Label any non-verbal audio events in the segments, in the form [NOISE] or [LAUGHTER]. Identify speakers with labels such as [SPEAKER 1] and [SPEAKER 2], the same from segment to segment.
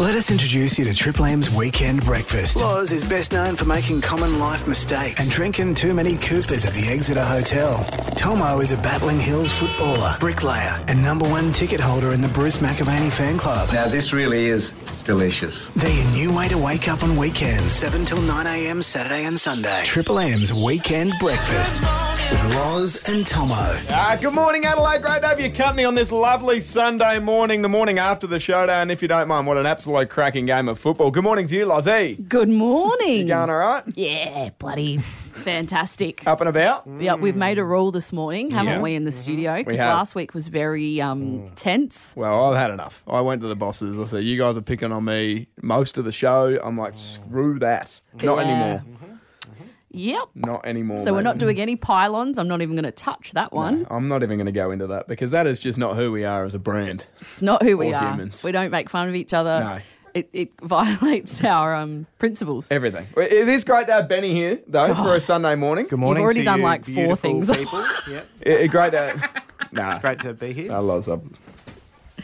[SPEAKER 1] Let us introduce you to Triple M's Weekend Breakfast. Loz is best known for making common life mistakes and drinking too many Coopers at the Exeter Hotel. Tomo is a Battling Hills footballer, bricklayer, and number one ticket holder in the Bruce McAvaney fan club.
[SPEAKER 2] Now, this really is delicious.
[SPEAKER 1] They're your new way to wake up on weekends, 7 till 9 a.m. Saturday and Sunday. Triple M's Weekend Breakfast with Loz and Tomo.
[SPEAKER 3] Uh, good morning, Adelaide. Great to have your company on this lovely Sunday morning, the morning after the showdown. If you don't mind, what an absolute cracking game of football. Good morning to you, Lozzie.
[SPEAKER 4] Good morning.
[SPEAKER 3] You going all right?
[SPEAKER 4] yeah,
[SPEAKER 3] [LAUGHS]
[SPEAKER 4] bloody fantastic.
[SPEAKER 3] Up and about?
[SPEAKER 4] yeah, we've made a rule this morning, haven't
[SPEAKER 3] mm. Yeah. Mm-hmm.
[SPEAKER 4] we, in the studio? Because
[SPEAKER 3] have. Mm.
[SPEAKER 4] last week was very um, tense.
[SPEAKER 3] Well, I've had enough. I went to the bosses. I said, you guys are picking on me most of the show. I'm like, screw that. Not
[SPEAKER 4] Yeah.
[SPEAKER 3] anymore.
[SPEAKER 4] Yep.
[SPEAKER 3] Not anymore.
[SPEAKER 4] So we're
[SPEAKER 3] mate.
[SPEAKER 4] not doing any pylons. I'm not even going to touch that one.
[SPEAKER 3] I'm not even going to go into that because that is just not who we are as a brand.
[SPEAKER 4] It's not who we
[SPEAKER 3] Or
[SPEAKER 4] are.
[SPEAKER 3] humans.
[SPEAKER 4] We don't make fun of each other.
[SPEAKER 3] No.
[SPEAKER 4] It, it [LAUGHS] violates our um, principles.
[SPEAKER 3] Everything. It is great to have Benny here, though, for a Sunday morning. Good
[SPEAKER 4] You've already done like four things.
[SPEAKER 5] [LAUGHS] yep.
[SPEAKER 3] great to.
[SPEAKER 4] [LAUGHS]
[SPEAKER 3] nah.
[SPEAKER 5] Great to be here.
[SPEAKER 3] I love something.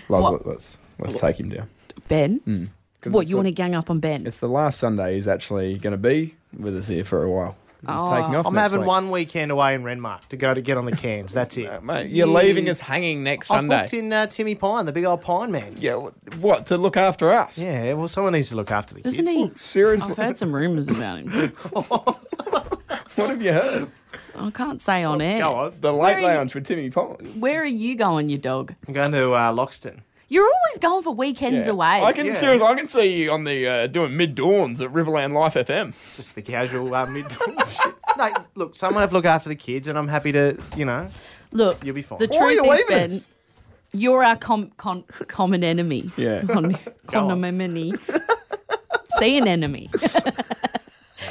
[SPEAKER 4] What?
[SPEAKER 3] Let's, let's take him down.
[SPEAKER 4] ben,
[SPEAKER 3] Mm, 'Cause
[SPEAKER 4] what
[SPEAKER 3] it's
[SPEAKER 4] you
[SPEAKER 3] the-
[SPEAKER 4] want to gang up on Ben?
[SPEAKER 3] It's the last Sunday he's actually going to be with us here for a while. 'Cause He's
[SPEAKER 4] Oh.
[SPEAKER 3] taking off.
[SPEAKER 5] I'm
[SPEAKER 3] next
[SPEAKER 5] having
[SPEAKER 3] week.
[SPEAKER 5] one weekend away in Renmark to go to get on the cans. That's it. I
[SPEAKER 3] Mate, you're
[SPEAKER 4] You-
[SPEAKER 3] leaving us hanging next Sunday.
[SPEAKER 5] booked in uh, Timmy Pine, the big old Pine man.
[SPEAKER 3] yeah, wh- what to look after us?
[SPEAKER 5] Yeah, well, someone needs to look after the
[SPEAKER 4] Doesn't
[SPEAKER 5] kids.
[SPEAKER 4] he?
[SPEAKER 3] Seriously,
[SPEAKER 4] I've heard some rumours about him.
[SPEAKER 3] what have you heard?
[SPEAKER 4] I can't
[SPEAKER 3] [LAUGHS]
[SPEAKER 4] say
[SPEAKER 3] Oh,
[SPEAKER 4] on air.
[SPEAKER 5] Go on.
[SPEAKER 3] The late
[SPEAKER 4] are you-
[SPEAKER 3] lounge with Timmy Pond.
[SPEAKER 4] Where are you going, you dog?
[SPEAKER 5] I'm going to uh, Loxton.
[SPEAKER 4] You're always going for weekends
[SPEAKER 3] Yeah.
[SPEAKER 4] away.
[SPEAKER 3] I can
[SPEAKER 5] Yeah.
[SPEAKER 3] seriously, I can see you on the uh, doing mid dawns at Riverland Life FM.
[SPEAKER 5] Just the casual uh,
[SPEAKER 3] [LAUGHS]
[SPEAKER 5] mid shit. No, look, someone have to look after the kids, and I'm happy to, you know.
[SPEAKER 4] Look,
[SPEAKER 5] You'll be fine.
[SPEAKER 4] The
[SPEAKER 3] Why are
[SPEAKER 4] truth
[SPEAKER 3] you
[SPEAKER 4] is,
[SPEAKER 3] leaving
[SPEAKER 4] Ben,
[SPEAKER 3] us?
[SPEAKER 4] you're our com- con- common enemy.
[SPEAKER 3] Yeah.
[SPEAKER 4] [LAUGHS] Con-
[SPEAKER 5] on.
[SPEAKER 4] common enemy. See
[SPEAKER 3] [LAUGHS]
[SPEAKER 4] an enemy.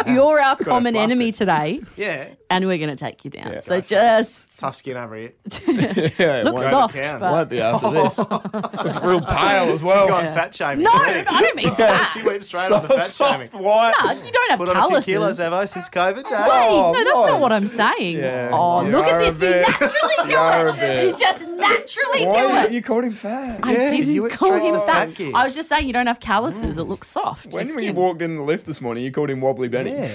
[SPEAKER 4] you're our common
[SPEAKER 3] flustered.
[SPEAKER 4] enemy today,
[SPEAKER 5] Yeah,
[SPEAKER 4] and we're going to take you down.
[SPEAKER 3] Yeah.
[SPEAKER 4] so just
[SPEAKER 5] tough skin over here.
[SPEAKER 3] Yeah, it
[SPEAKER 4] look
[SPEAKER 3] won't-
[SPEAKER 4] soft.
[SPEAKER 5] town.
[SPEAKER 4] but-
[SPEAKER 3] Won't be after this. Looks real pale as well.
[SPEAKER 5] She gone fat shaming.
[SPEAKER 4] no,
[SPEAKER 5] too.
[SPEAKER 4] I
[SPEAKER 3] [LAUGHS]
[SPEAKER 4] don't mean that.
[SPEAKER 5] She went straight
[SPEAKER 3] so
[SPEAKER 5] on the fat
[SPEAKER 3] soft,
[SPEAKER 5] shaming.
[SPEAKER 3] white.
[SPEAKER 4] No, you don't have
[SPEAKER 5] Put on a few
[SPEAKER 4] calluses.
[SPEAKER 5] kilos, have I, since COVID?
[SPEAKER 4] Hey,
[SPEAKER 3] Oh,
[SPEAKER 4] no, that's not what I'm
[SPEAKER 3] nice.
[SPEAKER 4] saying.
[SPEAKER 3] Yeah.
[SPEAKER 4] Oh,
[SPEAKER 3] You
[SPEAKER 4] look
[SPEAKER 3] are
[SPEAKER 4] at
[SPEAKER 3] a
[SPEAKER 4] this. You
[SPEAKER 3] bit.
[SPEAKER 4] naturally
[SPEAKER 3] You are a
[SPEAKER 4] do
[SPEAKER 3] bit.
[SPEAKER 4] it. You just naturally do
[SPEAKER 3] Why
[SPEAKER 4] it.
[SPEAKER 3] you, you called him fat?
[SPEAKER 4] I didn't
[SPEAKER 5] you went
[SPEAKER 4] call
[SPEAKER 5] straight
[SPEAKER 4] him
[SPEAKER 5] to
[SPEAKER 4] fat.
[SPEAKER 5] fat kids.
[SPEAKER 4] I was just saying you don't have calluses. It looks soft.
[SPEAKER 3] When
[SPEAKER 4] Your
[SPEAKER 3] we
[SPEAKER 4] skin.
[SPEAKER 3] walked in the lift this morning, you called him Wobbly Benny.
[SPEAKER 5] Yeah.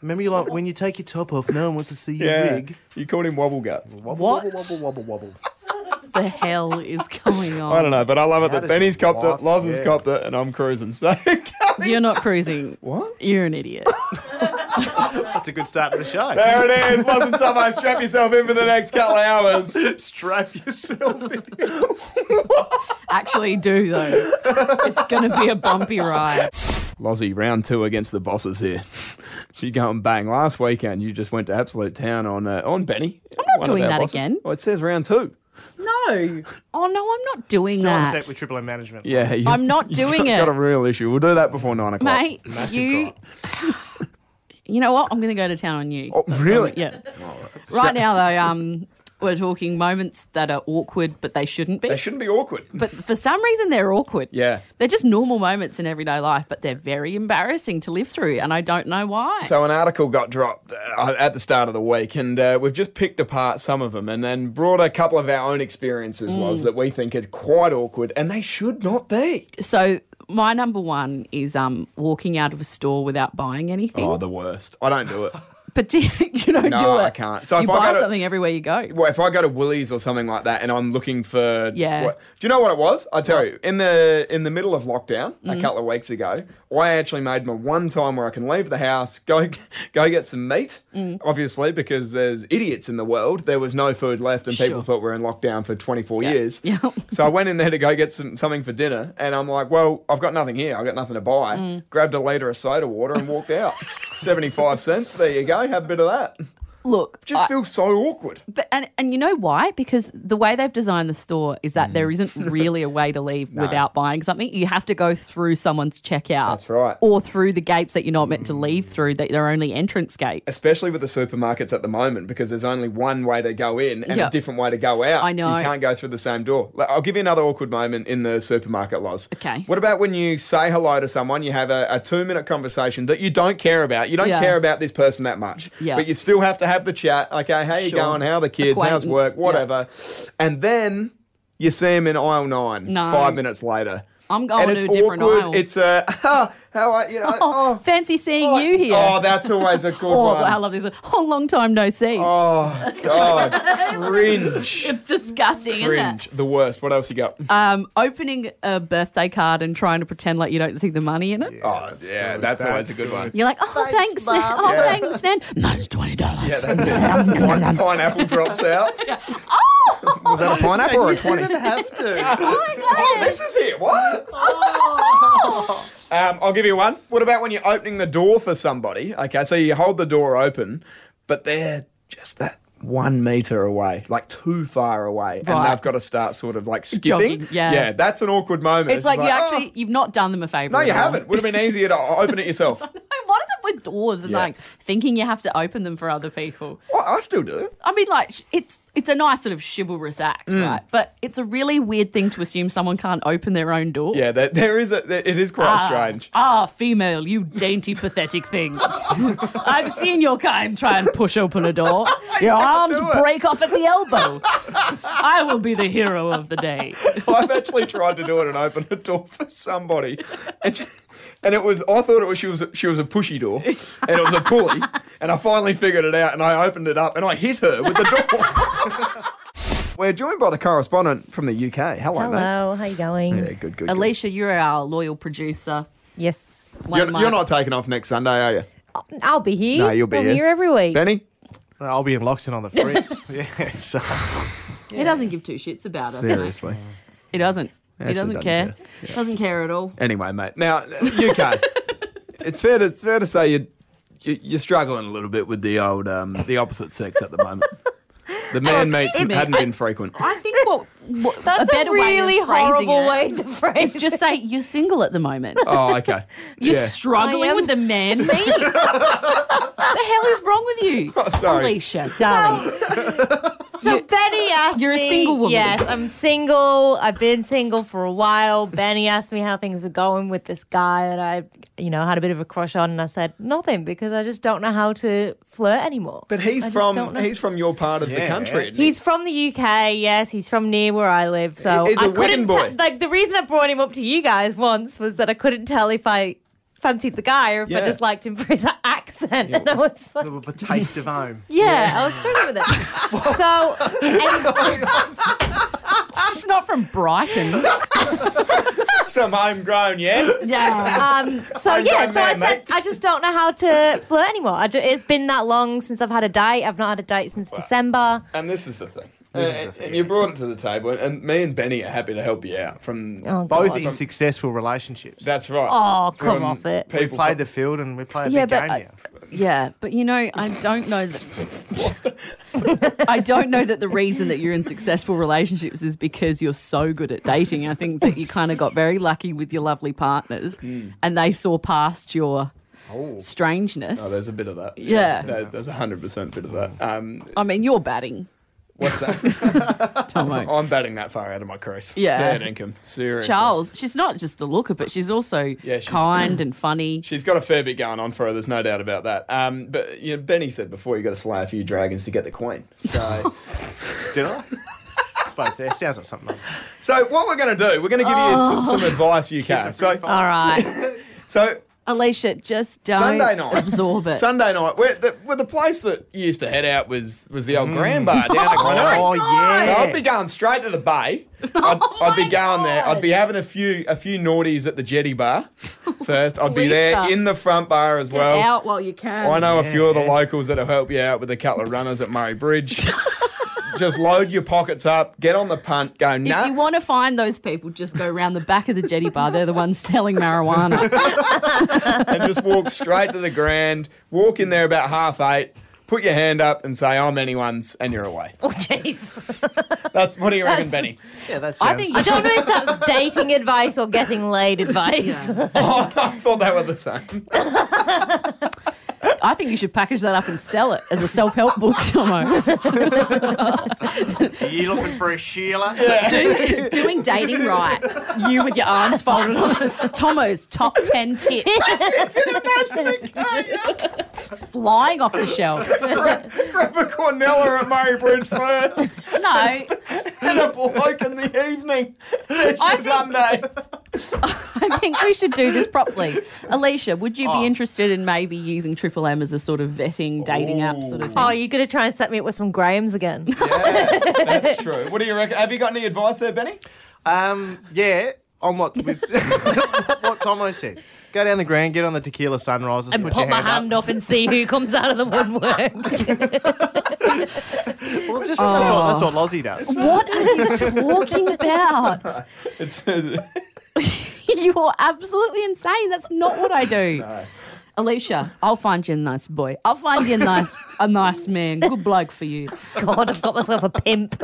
[SPEAKER 5] Remember, you're like, when you take your top off, no one wants to see your
[SPEAKER 3] Yeah.
[SPEAKER 5] rig.
[SPEAKER 3] You called him Wobble Guts.
[SPEAKER 5] Wobble,
[SPEAKER 4] What?
[SPEAKER 5] wobble, wobble, wobble,
[SPEAKER 4] the hell is going on?
[SPEAKER 3] I don't know, but I love it
[SPEAKER 5] How
[SPEAKER 3] that
[SPEAKER 5] does
[SPEAKER 3] Benny's
[SPEAKER 5] your
[SPEAKER 3] copped
[SPEAKER 5] wife-
[SPEAKER 3] it, Loz has
[SPEAKER 5] yeah.
[SPEAKER 3] copped it, and I'm cruising. [LAUGHS] So
[SPEAKER 4] You're not cruising.
[SPEAKER 3] what?
[SPEAKER 4] You're an idiot.
[SPEAKER 5] That's a good start to the show.
[SPEAKER 3] There it is, Loz and Tomo. Strap yourself in for the next couple of hours.
[SPEAKER 5] [LAUGHS] Strap yourself in.
[SPEAKER 4] Actually, do though. It's going to be a bumpy ride.
[SPEAKER 3] [LAUGHS] Lozzie, round two against the bosses here. [LAUGHS] she going bang. Last weekend, you just went to absolute town on uh, on Benny. I'm
[SPEAKER 4] not doing that again.
[SPEAKER 3] Oh, it says round two.
[SPEAKER 4] No. Oh no, I'm not doing
[SPEAKER 5] Still
[SPEAKER 4] that,
[SPEAKER 5] upset with Triple M management.
[SPEAKER 3] Yeah, you, [LAUGHS]
[SPEAKER 4] I'm not
[SPEAKER 3] you
[SPEAKER 4] doing
[SPEAKER 3] got,
[SPEAKER 4] it.
[SPEAKER 3] Got a real issue. We'll do that before nine o'clock,
[SPEAKER 4] mate. You. [SIGHS] You know what? I'm going to go to town on you.
[SPEAKER 3] Oh,
[SPEAKER 4] That's
[SPEAKER 3] really?
[SPEAKER 4] all- Yeah. Right now, though, um, we're talking moments that are awkward, but they shouldn't be.
[SPEAKER 3] They shouldn't be awkward.
[SPEAKER 4] but for some reason, they're awkward.
[SPEAKER 3] Yeah.
[SPEAKER 4] They're just normal moments in everyday life, but they're very embarrassing to live through, and I don't know why.
[SPEAKER 3] [LAUGHS] So an article got dropped uh, at the start of the week, and uh, we've just picked apart some of them, and then brought a couple of our own experiences, Loz, that we think are quite awkward, and they should not be.
[SPEAKER 4] So my number one is um, walking out of a store without buying anything.
[SPEAKER 3] Oh, the worst. I don't do it.
[SPEAKER 4] [LAUGHS] But you don't
[SPEAKER 3] No,
[SPEAKER 4] do it.
[SPEAKER 3] I can't. So
[SPEAKER 4] you
[SPEAKER 3] if I
[SPEAKER 4] buy
[SPEAKER 3] go to-
[SPEAKER 4] something everywhere you go.
[SPEAKER 3] Well, if I go to Woolies or something like that, and I'm looking for
[SPEAKER 4] Yeah.
[SPEAKER 3] what- do you know what it was? I tell you, in the in the middle of lockdown
[SPEAKER 4] Mm-hmm.
[SPEAKER 3] a couple of weeks ago, I actually made my one time where I can leave the house, go [LAUGHS] go get some meat.
[SPEAKER 4] Mm.
[SPEAKER 3] Obviously, because there's idiots in the world, there was no food left, and people
[SPEAKER 4] Sure.
[SPEAKER 3] thought we we're in lockdown for 24 years.
[SPEAKER 4] Yeah.
[SPEAKER 3] So I went in there to go get some something for dinner, and I'm like, well, I've got nothing here. I've got nothing to buy.
[SPEAKER 4] Mm.
[SPEAKER 3] Grabbed a litre of soda water and walked
[SPEAKER 4] [LAUGHS]
[SPEAKER 3] out. 75 cents. There you go. Have a bit of that.
[SPEAKER 4] Look,
[SPEAKER 3] Just
[SPEAKER 4] I-
[SPEAKER 3] feels so awkward.
[SPEAKER 4] but, and and you know why? Because the way they've designed the store is that
[SPEAKER 3] Mm.
[SPEAKER 4] there isn't really a way
[SPEAKER 3] [LAUGHS]
[SPEAKER 4] to leave without buying something. You have to go through someone's checkout.
[SPEAKER 3] That's right. Mm.
[SPEAKER 4] Or through the gates that you're not meant to leave through. That they're only entrance gates.
[SPEAKER 3] especially with the supermarkets at the moment because there's only one way to go in and
[SPEAKER 4] Yeah.
[SPEAKER 3] a different way to go out.
[SPEAKER 4] I know.
[SPEAKER 3] You can't go through the same door. Like, I'll give you another awkward moment in the supermarket, Loz.
[SPEAKER 4] Okay.
[SPEAKER 3] What about when you say hello to someone, you have a, a two minute conversation that you don't care about? You don't
[SPEAKER 4] Yeah.
[SPEAKER 3] care about this person that much.
[SPEAKER 4] Yeah.
[SPEAKER 3] But you still have to have the chat. Okay, how you
[SPEAKER 4] Sure.
[SPEAKER 3] going? How are the kids? How's
[SPEAKER 4] Acquaintance.
[SPEAKER 3] work?
[SPEAKER 4] Yeah.
[SPEAKER 3] Whatever. And then you see him in aisle nine
[SPEAKER 4] No.
[SPEAKER 3] five minutes later.
[SPEAKER 4] I'm
[SPEAKER 3] and
[SPEAKER 4] going to
[SPEAKER 3] it's
[SPEAKER 4] a different
[SPEAKER 3] awkward.
[SPEAKER 4] aisle.
[SPEAKER 3] It's a [LAUGHS] how I you know
[SPEAKER 4] [LAUGHS] oh,
[SPEAKER 3] oh,
[SPEAKER 4] fancy seeing
[SPEAKER 3] oh,
[SPEAKER 4] you here.
[SPEAKER 3] Oh, that's always a good
[SPEAKER 4] [LAUGHS] oh,
[SPEAKER 3] one.
[SPEAKER 4] I love this. Oh, long time no see.
[SPEAKER 3] Oh [LAUGHS] god, cringe.
[SPEAKER 4] It's disgusting, isn't it?
[SPEAKER 3] Cringe, the worst. What else you got?
[SPEAKER 4] Um, opening a birthday card and trying to pretend like you don't see the money in it.
[SPEAKER 3] oh, yeah, that's, always a good one.
[SPEAKER 4] You're like, oh, thanks, Nan. Oh,
[SPEAKER 3] Yeah.
[SPEAKER 4] thanks,
[SPEAKER 3] [LAUGHS]
[SPEAKER 4] Nan. No, it's twenty dollars.
[SPEAKER 3] Yeah, that's it. One pineapple drops
[SPEAKER 4] [LAUGHS]
[SPEAKER 3] out.
[SPEAKER 4] Oh!
[SPEAKER 3] Was that a pineapple or a twenty?
[SPEAKER 5] have to.
[SPEAKER 3] Oh, this is it. What?
[SPEAKER 4] Oh.
[SPEAKER 3] um, I'll give you one. What about when you're opening the door for somebody? Okay, so you hold the door open, but they're just that one meter away, like too far away, and
[SPEAKER 4] Right.
[SPEAKER 3] they've got to start sort of like skipping.
[SPEAKER 4] Jogging, yeah.
[SPEAKER 3] yeah, that's an awkward moment.
[SPEAKER 4] It's, like,
[SPEAKER 3] just
[SPEAKER 4] you
[SPEAKER 3] "Oh,
[SPEAKER 4] actually you've not done them a favor.
[SPEAKER 3] no, you haven't. Would have been easier to open it yourself. well,
[SPEAKER 4] What is it with doors and
[SPEAKER 3] Yeah.
[SPEAKER 4] like thinking you have to open them for other people?
[SPEAKER 3] I still do. it.
[SPEAKER 4] I mean, like sh- it's it's a nice sort of chivalrous act,
[SPEAKER 3] Mm.
[SPEAKER 4] right? But it's a really weird thing to assume someone can't open their own door.
[SPEAKER 3] Yeah, there, there is a. There, it is quite strange.
[SPEAKER 4] Ah, female, you dainty, pathetic thing. [LAUGHS] I've seen your kind try and push open
[SPEAKER 3] [LAUGHS]
[SPEAKER 4] a door. Your arms
[SPEAKER 3] do it.
[SPEAKER 4] break off at the elbow. I will be the hero of the day.
[SPEAKER 3] I've actually tried to do it and open a door for somebody, and she- and it was I thought it was she was she was a pushy door, and it was a pulley, and I finally figured it out, and I opened it up, and I hit her with the door. We're joined by the correspondent from the UK. Hello, mate.
[SPEAKER 6] Hello, how you going?
[SPEAKER 3] Yeah, good, good. good.
[SPEAKER 4] Alicia, you're our loyal producer.
[SPEAKER 6] Yes.
[SPEAKER 4] One
[SPEAKER 3] You're,
[SPEAKER 4] of my-
[SPEAKER 3] you're not taking off next Sunday, are you,
[SPEAKER 6] I'll be here.
[SPEAKER 3] No, you'll be
[SPEAKER 6] I'm
[SPEAKER 3] here.
[SPEAKER 6] every week.
[SPEAKER 3] Benny?
[SPEAKER 5] [LAUGHS] I'll be in Loxton on
[SPEAKER 4] [LAUGHS]
[SPEAKER 5] the fritz. yeah, so
[SPEAKER 4] He doesn't give two shits about us.
[SPEAKER 3] Seriously.
[SPEAKER 4] He doesn't.
[SPEAKER 3] Actually
[SPEAKER 4] He doesn't,
[SPEAKER 3] doesn't
[SPEAKER 4] care. Doesn't care at all.
[SPEAKER 3] Anyway, mate. Now UK. [LAUGHS] it's fair to it's fair to say you you- you're struggling a little bit with the old um, the opposite sex at the moment. The man meets
[SPEAKER 4] me.
[SPEAKER 3] hadn't been frequent.
[SPEAKER 4] I think what, what [LAUGHS]
[SPEAKER 6] That's a,
[SPEAKER 4] better way of
[SPEAKER 6] really
[SPEAKER 4] phrasing
[SPEAKER 6] horrible
[SPEAKER 4] it
[SPEAKER 6] way to phrase
[SPEAKER 4] is just say you're single at the moment.
[SPEAKER 3] Oh,
[SPEAKER 6] [LAUGHS]
[SPEAKER 3] okay.
[SPEAKER 4] You're
[SPEAKER 3] Yeah.
[SPEAKER 6] I
[SPEAKER 4] struggling
[SPEAKER 6] am-
[SPEAKER 4] with the man [LAUGHS] meat. the hell is wrong with you,
[SPEAKER 3] Oh, sorry.
[SPEAKER 4] Alicia, darling?
[SPEAKER 6] [LAUGHS] So Benny asked
[SPEAKER 4] you're a
[SPEAKER 6] me-
[SPEAKER 4] single woman.
[SPEAKER 6] Yes, I'm single. I've been single for a while. Benny asked me how things were going with this guy that I, you know, had a bit of a crush on, and I said nothing because I just don't know how to flirt anymore.
[SPEAKER 3] But he's
[SPEAKER 6] I just don't
[SPEAKER 3] from
[SPEAKER 6] know.
[SPEAKER 3] he's from your part of the
[SPEAKER 5] Yeah.
[SPEAKER 3] country. isn't he?
[SPEAKER 6] He's from the UK, yes. He's from near where I live, so
[SPEAKER 3] He's a
[SPEAKER 6] I
[SPEAKER 3] Wigan
[SPEAKER 6] couldn't
[SPEAKER 3] boy.
[SPEAKER 6] te- like the reason I brought him up to you guys once was that I couldn't tell if I fancied the guy or if
[SPEAKER 3] Yeah.
[SPEAKER 6] I just liked him for his [LAUGHS] accent. and I was like,
[SPEAKER 5] with a taste of home.
[SPEAKER 6] yeah, I was struggling with
[SPEAKER 3] [LAUGHS]
[SPEAKER 6] it. so, and,
[SPEAKER 4] She's not from Brighton.
[SPEAKER 3] Some homegrown, yeah.
[SPEAKER 4] yeah.
[SPEAKER 6] um,
[SPEAKER 3] [LAUGHS]
[SPEAKER 6] so
[SPEAKER 3] I'm
[SPEAKER 6] yeah,
[SPEAKER 3] going
[SPEAKER 6] so I
[SPEAKER 3] mad,
[SPEAKER 6] said I just don't know how to flirt anymore. I ju- it's been that long since I've had a date. I've not had a date since December.
[SPEAKER 3] And this is the thing. Uh, and, you brought it to the table, and me and Benny are happy to help you out. From
[SPEAKER 6] Oh,
[SPEAKER 5] Both
[SPEAKER 6] God.
[SPEAKER 5] in successful relationships.
[SPEAKER 3] that's right.
[SPEAKER 6] Oh, come
[SPEAKER 3] From
[SPEAKER 6] off it.
[SPEAKER 5] we
[SPEAKER 3] People
[SPEAKER 5] played
[SPEAKER 3] from-
[SPEAKER 5] the field and we played
[SPEAKER 4] Yeah,
[SPEAKER 5] the
[SPEAKER 4] but
[SPEAKER 5] game
[SPEAKER 4] I-
[SPEAKER 5] now.
[SPEAKER 4] Yeah, but you know, I don't know that. I don't know that [LAUGHS] the reason that you're in successful relationships is because you're so good at dating. I think that you kind of got very lucky with your lovely partners,
[SPEAKER 3] Hmm.
[SPEAKER 4] and they saw past your strangeness.
[SPEAKER 3] Oh, there's a bit of that.
[SPEAKER 4] Yeah.
[SPEAKER 3] There's- there's a hundred percent bit of that. Um,
[SPEAKER 4] I mean, you're batting,
[SPEAKER 3] what's that?
[SPEAKER 4] [LAUGHS] Tomo.
[SPEAKER 3] I'm batting that far out of my crease.
[SPEAKER 4] Yeah.
[SPEAKER 3] fair dinkum. Seriously,
[SPEAKER 4] Charles, she's not just a looker, but she's also
[SPEAKER 3] she's-
[SPEAKER 4] kind
[SPEAKER 3] [LAUGHS]
[SPEAKER 4] and funny.
[SPEAKER 3] She's got a fair bit going on for her. There's no doubt about that. Um, but you know, Benny said before you got to slay a few dragons to get the queen.
[SPEAKER 4] [LAUGHS]
[SPEAKER 3] So,
[SPEAKER 5] Did I? I suppose that sounds like something.
[SPEAKER 3] so what we're going to do? We're going to give you some,
[SPEAKER 4] Oh.
[SPEAKER 3] some advice, you can. So, [LAUGHS]
[SPEAKER 6] All right.
[SPEAKER 3] so
[SPEAKER 4] Alicia, just don't
[SPEAKER 3] Sunday night.
[SPEAKER 4] absorb it.
[SPEAKER 3] Sunday night. Where the, where the place that you used to head out was was the old Grand Bar down
[SPEAKER 4] Mm.
[SPEAKER 3] at Glenelg.
[SPEAKER 5] Oh, yeah.
[SPEAKER 3] So I'd be going straight to the
[SPEAKER 4] [LAUGHS]
[SPEAKER 3] bay. I'd,
[SPEAKER 4] Oh
[SPEAKER 3] I'd be going there. I'd be having a few a few naughties at the Jetty
[SPEAKER 4] [LAUGHS]
[SPEAKER 3] Bar first. I'd be there
[SPEAKER 4] Lisa.
[SPEAKER 3] in the front bar as well.
[SPEAKER 4] out while you can.
[SPEAKER 3] I know a few of the locals that'll help you out with a couple of runners at Murray [LAUGHS] Bridge. Just load your pockets up, get on the punt, go
[SPEAKER 4] If
[SPEAKER 3] nuts.
[SPEAKER 4] you want to find those people, just go around the back of the jetty bar. They're the ones selling marijuana.
[SPEAKER 3] and [LAUGHS] just walk straight to the grand, walk in there about half eight, put your hand up and say, I'm anyone's, and you're [LAUGHS] away.
[SPEAKER 6] [LAUGHS] Oh, jeez.
[SPEAKER 3] That's what do you reckon, Benny?
[SPEAKER 5] Yeah, that
[SPEAKER 4] I
[SPEAKER 5] sounds.
[SPEAKER 4] think
[SPEAKER 6] I
[SPEAKER 4] you
[SPEAKER 6] don't
[SPEAKER 4] should.
[SPEAKER 6] [LAUGHS] know if that's dating advice or getting
[SPEAKER 3] [LAUGHS]
[SPEAKER 6] laid advice.
[SPEAKER 3] [LAUGHS] Oh, [LAUGHS] I thought they were the same.
[SPEAKER 4] I think you should package that up and sell it as a self-help book, Tomo.
[SPEAKER 5] Are you looking for a Sheila?
[SPEAKER 4] Do, doing dating right. You with your arms folded. on Tomo's top ten tips. Flying off the shelf.
[SPEAKER 3] Grab a Cornella at Murray Bridge [LAUGHS] first,
[SPEAKER 4] No,
[SPEAKER 3] and a bloke in the evening. It's
[SPEAKER 4] I think-
[SPEAKER 3] [LAUGHS] Sunday.
[SPEAKER 4] I think we should do this properly. Alicia, would you be interested in maybe using Triple M as a sort of vetting dating app sort of thing?
[SPEAKER 6] Oh, you're going to try and set me up with some Grahams again.
[SPEAKER 3] Yeah, that's true. What do you reckon? Have you got any advice there, Benny?
[SPEAKER 5] Um, yeah, on what with, [LAUGHS] what Tomo said. Go down the ground, get on the tequila sunrises,
[SPEAKER 6] and
[SPEAKER 5] put
[SPEAKER 6] pop
[SPEAKER 5] your
[SPEAKER 6] my
[SPEAKER 5] hand up.
[SPEAKER 6] hand up and see who comes out of the woodwork.
[SPEAKER 5] Well, just,
[SPEAKER 3] Oh.
[SPEAKER 5] that's, what, that's what Lozzie does.
[SPEAKER 4] What are you talking about?
[SPEAKER 3] It's [LAUGHS]
[SPEAKER 4] [LAUGHS] You're absolutely insane. That's not what
[SPEAKER 3] [LAUGHS]
[SPEAKER 4] I do. Alicia, I'll find you a nice boy. I'll find you a nice a nice man. Good bloke for you.
[SPEAKER 6] God, I've got myself a [LAUGHS] pimp.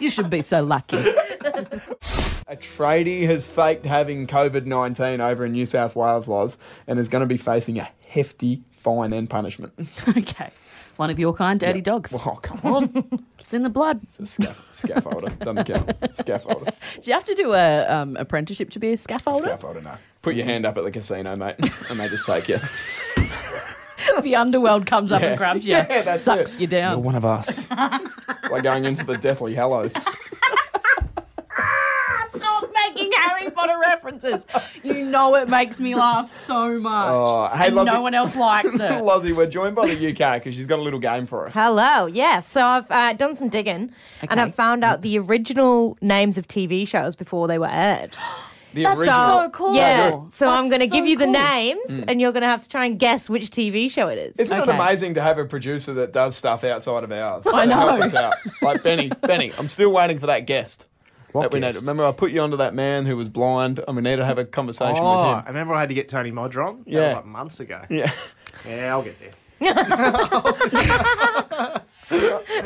[SPEAKER 4] You should be
[SPEAKER 3] [LAUGHS]
[SPEAKER 4] so lucky.
[SPEAKER 3] a tradie has faked having COVID 19 over in New South Wales, laws and is going to be facing a hefty fine and punishment.
[SPEAKER 4] Okay. One of your kind, dirty dogs.
[SPEAKER 3] Oh, come on.
[SPEAKER 4] It's in the blood.
[SPEAKER 3] It's a scaff- scaffolder. Doesn't count. [LAUGHS] Scaffolder.
[SPEAKER 4] Do you have to do a um, apprenticeship to be a scaffolder?
[SPEAKER 3] Scaffolder, no. Put your hand up at the casino, mate, and they just take you.
[SPEAKER 4] the underworld comes up
[SPEAKER 3] Yeah.
[SPEAKER 4] and grabs you,
[SPEAKER 3] [LAUGHS] Yeah, that's
[SPEAKER 4] sucks
[SPEAKER 3] it.
[SPEAKER 4] you
[SPEAKER 3] You're
[SPEAKER 4] down.
[SPEAKER 3] one of us. It's like going into the Deathly [LAUGHS] Hallows.
[SPEAKER 4] Stop making Harry Potter references. You know it makes me laugh so much.
[SPEAKER 3] Oh, hey,
[SPEAKER 4] And
[SPEAKER 3] Lozzie.
[SPEAKER 4] no one
[SPEAKER 3] [LAUGHS]
[SPEAKER 4] else likes it.
[SPEAKER 3] Lozzie, we're joined by the UK because she's got a little game for us.
[SPEAKER 6] Hello. Yes. So I've uh, done some digging and
[SPEAKER 4] Okay.
[SPEAKER 6] I've found out the original names of TV shows before they were aired.
[SPEAKER 3] The
[SPEAKER 4] That's
[SPEAKER 3] original.
[SPEAKER 4] so cool.
[SPEAKER 6] Yeah.
[SPEAKER 4] That's
[SPEAKER 6] So I'm going to
[SPEAKER 4] so
[SPEAKER 6] give you the
[SPEAKER 4] cool.
[SPEAKER 6] names and you're going to have to try and guess which TV show it is.
[SPEAKER 3] Isn't it
[SPEAKER 4] Okay.
[SPEAKER 3] amazing to have a producer that does stuff outside of ours?
[SPEAKER 4] I
[SPEAKER 3] to Help
[SPEAKER 4] know.
[SPEAKER 3] us out. Like Benny, Benny, I'm still waiting for that guest. that we need.
[SPEAKER 5] guest?
[SPEAKER 3] Remember, I put you onto that man who was blind, and we need to have a conversation
[SPEAKER 5] Oh, I
[SPEAKER 3] with him.
[SPEAKER 5] remember I had to get Tony Modron. on. That
[SPEAKER 3] Yeah.
[SPEAKER 5] was like months ago.
[SPEAKER 3] Yeah.
[SPEAKER 5] Yeah, I'll get there.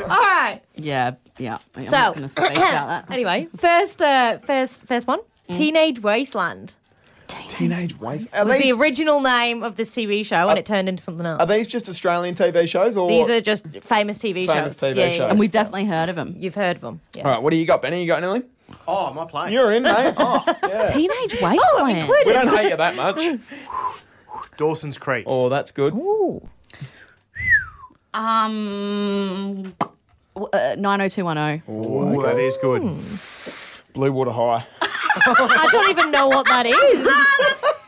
[SPEAKER 6] All right.
[SPEAKER 4] Yeah, yeah. I'm
[SPEAKER 6] So,
[SPEAKER 4] not gonna speak about that.
[SPEAKER 6] [CLEARS THROAT] anyway, first, uh, first, first one Teenage Wasteland
[SPEAKER 3] Teenage Waste. Are
[SPEAKER 6] was the
[SPEAKER 3] these,
[SPEAKER 6] original name of this TV show and it turned into something else.
[SPEAKER 3] are these just Australian TV shows? or
[SPEAKER 6] These are just famous TV
[SPEAKER 3] Famous
[SPEAKER 6] shows.
[SPEAKER 3] TV
[SPEAKER 6] yeah, yeah, yeah.
[SPEAKER 3] shows.
[SPEAKER 4] And we've definitely heard of him.
[SPEAKER 6] You've heard of them. Yeah.
[SPEAKER 3] All right, what do you got, Benny? You got anything?
[SPEAKER 5] Oh, my plane.
[SPEAKER 3] You're in, mate. [LAUGHS] Oh,
[SPEAKER 4] Teenage Wasteland.
[SPEAKER 3] we don't hate you that much.
[SPEAKER 5] Dawson's Creek.
[SPEAKER 3] Oh, that's good.
[SPEAKER 4] um, w- uh, 90210.
[SPEAKER 5] Ooh, that is good.
[SPEAKER 3] Blue Water High.
[SPEAKER 6] I don't even know what that is.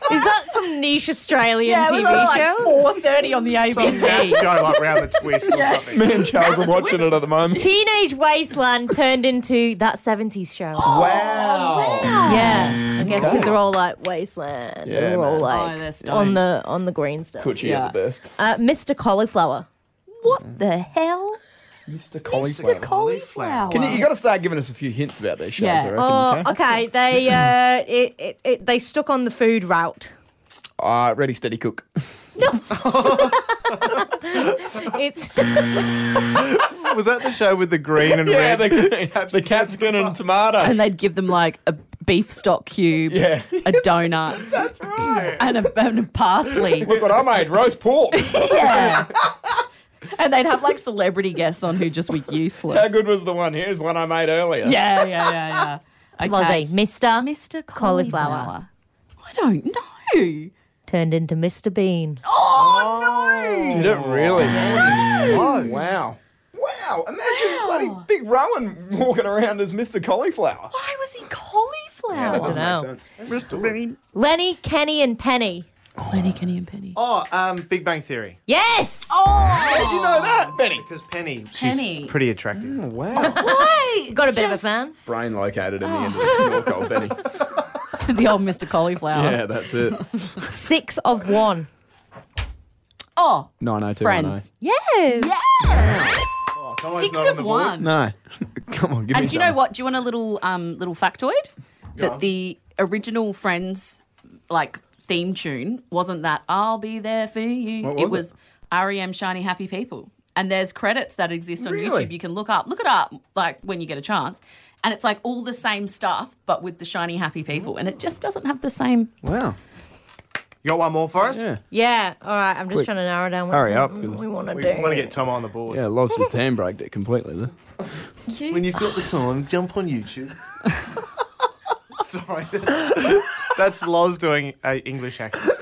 [SPEAKER 6] Is that some niche Australian TV show?
[SPEAKER 4] 430 on the
[SPEAKER 5] Some math show like round the
[SPEAKER 6] [LAUGHS]
[SPEAKER 5] twist or
[SPEAKER 3] [LAUGHS]
[SPEAKER 5] something.
[SPEAKER 3] Me and Charles are watching it at the moment. [LAUGHS]
[SPEAKER 6] Teenage Wasteland turned into that 70s show.
[SPEAKER 3] Oh. Wow.
[SPEAKER 6] Yeah. I guess because they're all like Wasteland.
[SPEAKER 3] Yeah,
[SPEAKER 6] they're all
[SPEAKER 3] man.
[SPEAKER 4] Oh,
[SPEAKER 6] like
[SPEAKER 4] they're stoned.
[SPEAKER 6] on the on the green stuff.
[SPEAKER 3] Put you Mm.
[SPEAKER 4] Yeah.
[SPEAKER 3] at the best.
[SPEAKER 6] Uh, Mr. Cauliflower. What the hell?
[SPEAKER 3] Mr.
[SPEAKER 4] Mr. Cauliflower.
[SPEAKER 3] Can you, you got to start giving us a few hints about these shows,
[SPEAKER 4] Yeah.
[SPEAKER 3] I reckon.
[SPEAKER 6] Oh,
[SPEAKER 3] okay?
[SPEAKER 6] okay.
[SPEAKER 3] [LAUGHS]
[SPEAKER 6] They uh, it, it, it, they stuck on the food route.
[SPEAKER 3] Uh, ready, steady, cook.
[SPEAKER 6] It's
[SPEAKER 5] Was that the show with the green
[SPEAKER 3] [LAUGHS] [LAUGHS]
[SPEAKER 5] and
[SPEAKER 3] Yeah,
[SPEAKER 5] red?
[SPEAKER 3] the, the capsicum and tomato.
[SPEAKER 4] and they'd give them like a beef stock
[SPEAKER 3] [LAUGHS]
[SPEAKER 4] cube,
[SPEAKER 3] yeah.
[SPEAKER 4] a donut,
[SPEAKER 5] That's right.
[SPEAKER 4] and a, and a parsley.
[SPEAKER 3] Look what I made, roast pork.
[SPEAKER 4] Yeah. and they'd have like celebrity guests on who just were useless.
[SPEAKER 3] How good was the one? Here's one I made earlier.
[SPEAKER 4] Yeah, yeah, yeah, yeah.
[SPEAKER 6] Lozzie.
[SPEAKER 4] Okay.
[SPEAKER 6] Mr.
[SPEAKER 4] Mr.
[SPEAKER 6] Cauliflower.
[SPEAKER 4] Cauliflower. I don't know.
[SPEAKER 6] Turned into Mr. Bean.
[SPEAKER 3] Did it really? [LAUGHS] Wow. Wow. Imagine bloody Big Rowan walking around as Mr. Cauliflower.
[SPEAKER 4] Why was he cauliflower?
[SPEAKER 6] doesn't
[SPEAKER 3] Doesn't
[SPEAKER 6] know.
[SPEAKER 3] make sense.
[SPEAKER 6] Lenny, Kenny, and Penny.
[SPEAKER 4] Lenny, Kenny, and Penny.
[SPEAKER 5] Oh, um, Big Bang Theory.
[SPEAKER 6] Yes.
[SPEAKER 4] Oh,
[SPEAKER 3] How'd you know that, Benny?
[SPEAKER 5] Because Penny,
[SPEAKER 4] Penny.
[SPEAKER 5] she's pretty attractive.
[SPEAKER 3] Wow.
[SPEAKER 6] got a bit of a fan.
[SPEAKER 3] Brain located in the end of the snorkel, Benny.
[SPEAKER 4] the old Mr. Cauliflower.
[SPEAKER 3] Yeah, that's it.
[SPEAKER 6] Six of one.
[SPEAKER 4] Oh,
[SPEAKER 3] 902.
[SPEAKER 4] friends.
[SPEAKER 6] Yes.
[SPEAKER 5] Oh, Tomo's
[SPEAKER 4] Six
[SPEAKER 5] not on
[SPEAKER 4] of
[SPEAKER 5] the board.
[SPEAKER 4] one.
[SPEAKER 3] No. Come on, give me
[SPEAKER 4] And do you know
[SPEAKER 3] some.
[SPEAKER 4] what? Do you want a little um little factoid? That the original Friends like theme tune wasn't that "I'll be there for you."
[SPEAKER 3] What
[SPEAKER 4] it
[SPEAKER 3] was
[SPEAKER 4] was REM "Shiny Happy People," and there's credits that exist on
[SPEAKER 3] Really?
[SPEAKER 4] YouTube. You can look up, look it up, like when you get a chance. And it's like all the same stuff, but with the shiny happy people, and it just doesn't have the same.
[SPEAKER 3] Wow.
[SPEAKER 5] You got one more for us?
[SPEAKER 3] Yeah.
[SPEAKER 6] Yeah. All right. I'm just
[SPEAKER 3] Quick.
[SPEAKER 6] trying to narrow down what
[SPEAKER 3] Hurry up,
[SPEAKER 6] what
[SPEAKER 3] 'cause
[SPEAKER 6] we want to
[SPEAKER 5] We
[SPEAKER 6] do.
[SPEAKER 5] want to get Tomo on the board.
[SPEAKER 3] Yeah, lost his handbrake it completely there.
[SPEAKER 5] When you've got the time, jump on YouTube. [LAUGHS] Sorry. That's, that's Loz doing an English accent.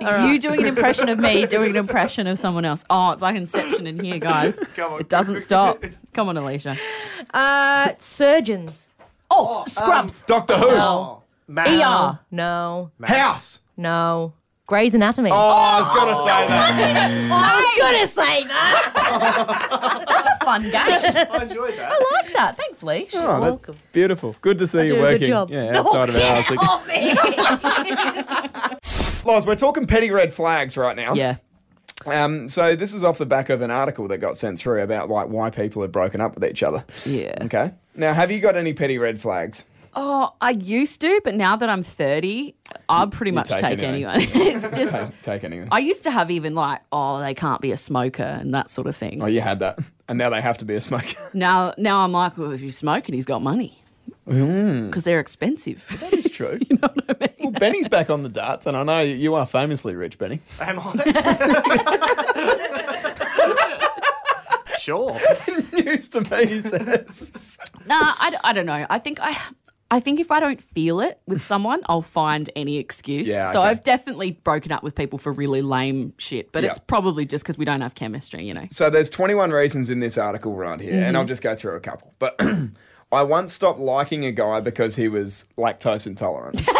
[SPEAKER 4] You doing an impression of me, doing an impression of someone else. Oh, it's like Inception in here, guys.
[SPEAKER 5] [LAUGHS] Come on.
[SPEAKER 4] It doesn't stop. Come on, Alicia.
[SPEAKER 6] Uh, surgeons.
[SPEAKER 4] Oh, scrubs.
[SPEAKER 3] Doctor Who.
[SPEAKER 5] Oh. Mass.
[SPEAKER 4] ER.
[SPEAKER 6] No,
[SPEAKER 3] House.
[SPEAKER 6] no. Grey's Anatomy.
[SPEAKER 3] Oh, I was gonna say that.
[SPEAKER 6] I was gonna say that.
[SPEAKER 4] [LAUGHS] That's a fun game. I
[SPEAKER 5] I enjoyed that.
[SPEAKER 4] like that. Thanks, Leash.
[SPEAKER 3] Oh, that's
[SPEAKER 6] Welcome.
[SPEAKER 3] beautiful. Good to see
[SPEAKER 6] do
[SPEAKER 3] you
[SPEAKER 6] a good
[SPEAKER 3] working.
[SPEAKER 6] job.
[SPEAKER 3] Yeah,
[SPEAKER 6] No,
[SPEAKER 3] outside of
[SPEAKER 6] get
[SPEAKER 3] hours.
[SPEAKER 4] Oh,
[SPEAKER 6] off [LAUGHS] it.
[SPEAKER 3] Loz, we're talking petty red flags right now.
[SPEAKER 4] Yeah.
[SPEAKER 3] Um, so this is off the back of an article that got sent through about like why people have broken up with each other.
[SPEAKER 4] Yeah.
[SPEAKER 3] Okay. Now, have you got any petty red flags?
[SPEAKER 4] Oh, I used to, but now that I'm 30, I'd pretty much
[SPEAKER 3] take
[SPEAKER 4] take,
[SPEAKER 3] anyone.
[SPEAKER 4] anyone. [LAUGHS] it's just,
[SPEAKER 3] Take, take anything.
[SPEAKER 4] I used to have even like, oh, they can't be a smoker and that sort of thing.
[SPEAKER 3] oh, you had that, and now they have to be a smoker.
[SPEAKER 4] Now, now I'm like, well, if you smoke and he's got money,
[SPEAKER 5] Mm.
[SPEAKER 4] because they're expensive.
[SPEAKER 3] It's true. [LAUGHS] you know what I mean? Well, Benny's back on the darts, and I know you are famously rich, Benny.
[SPEAKER 5] Am I? sure.
[SPEAKER 3] [LAUGHS]
[SPEAKER 5] [LAUGHS]
[SPEAKER 3] News to me he says.
[SPEAKER 4] nah, I, d- I don't know. I think I. I think if I don't feel it
[SPEAKER 3] [LAUGHS]
[SPEAKER 4] with someone, I'll find any excuse.
[SPEAKER 3] Yeah,
[SPEAKER 4] so
[SPEAKER 3] okay.
[SPEAKER 4] I've definitely broken up with people for really lame shit, but
[SPEAKER 3] Yeah.
[SPEAKER 4] it's probably just because we don't have
[SPEAKER 3] [LAUGHS]
[SPEAKER 4] chemistry, you know.
[SPEAKER 3] So there's 21 reasons in this article right here, and I'll just go through a couple. But [CLEARS THROAT] I once stopped liking a guy because he was lactose intolerant. [LAUGHS]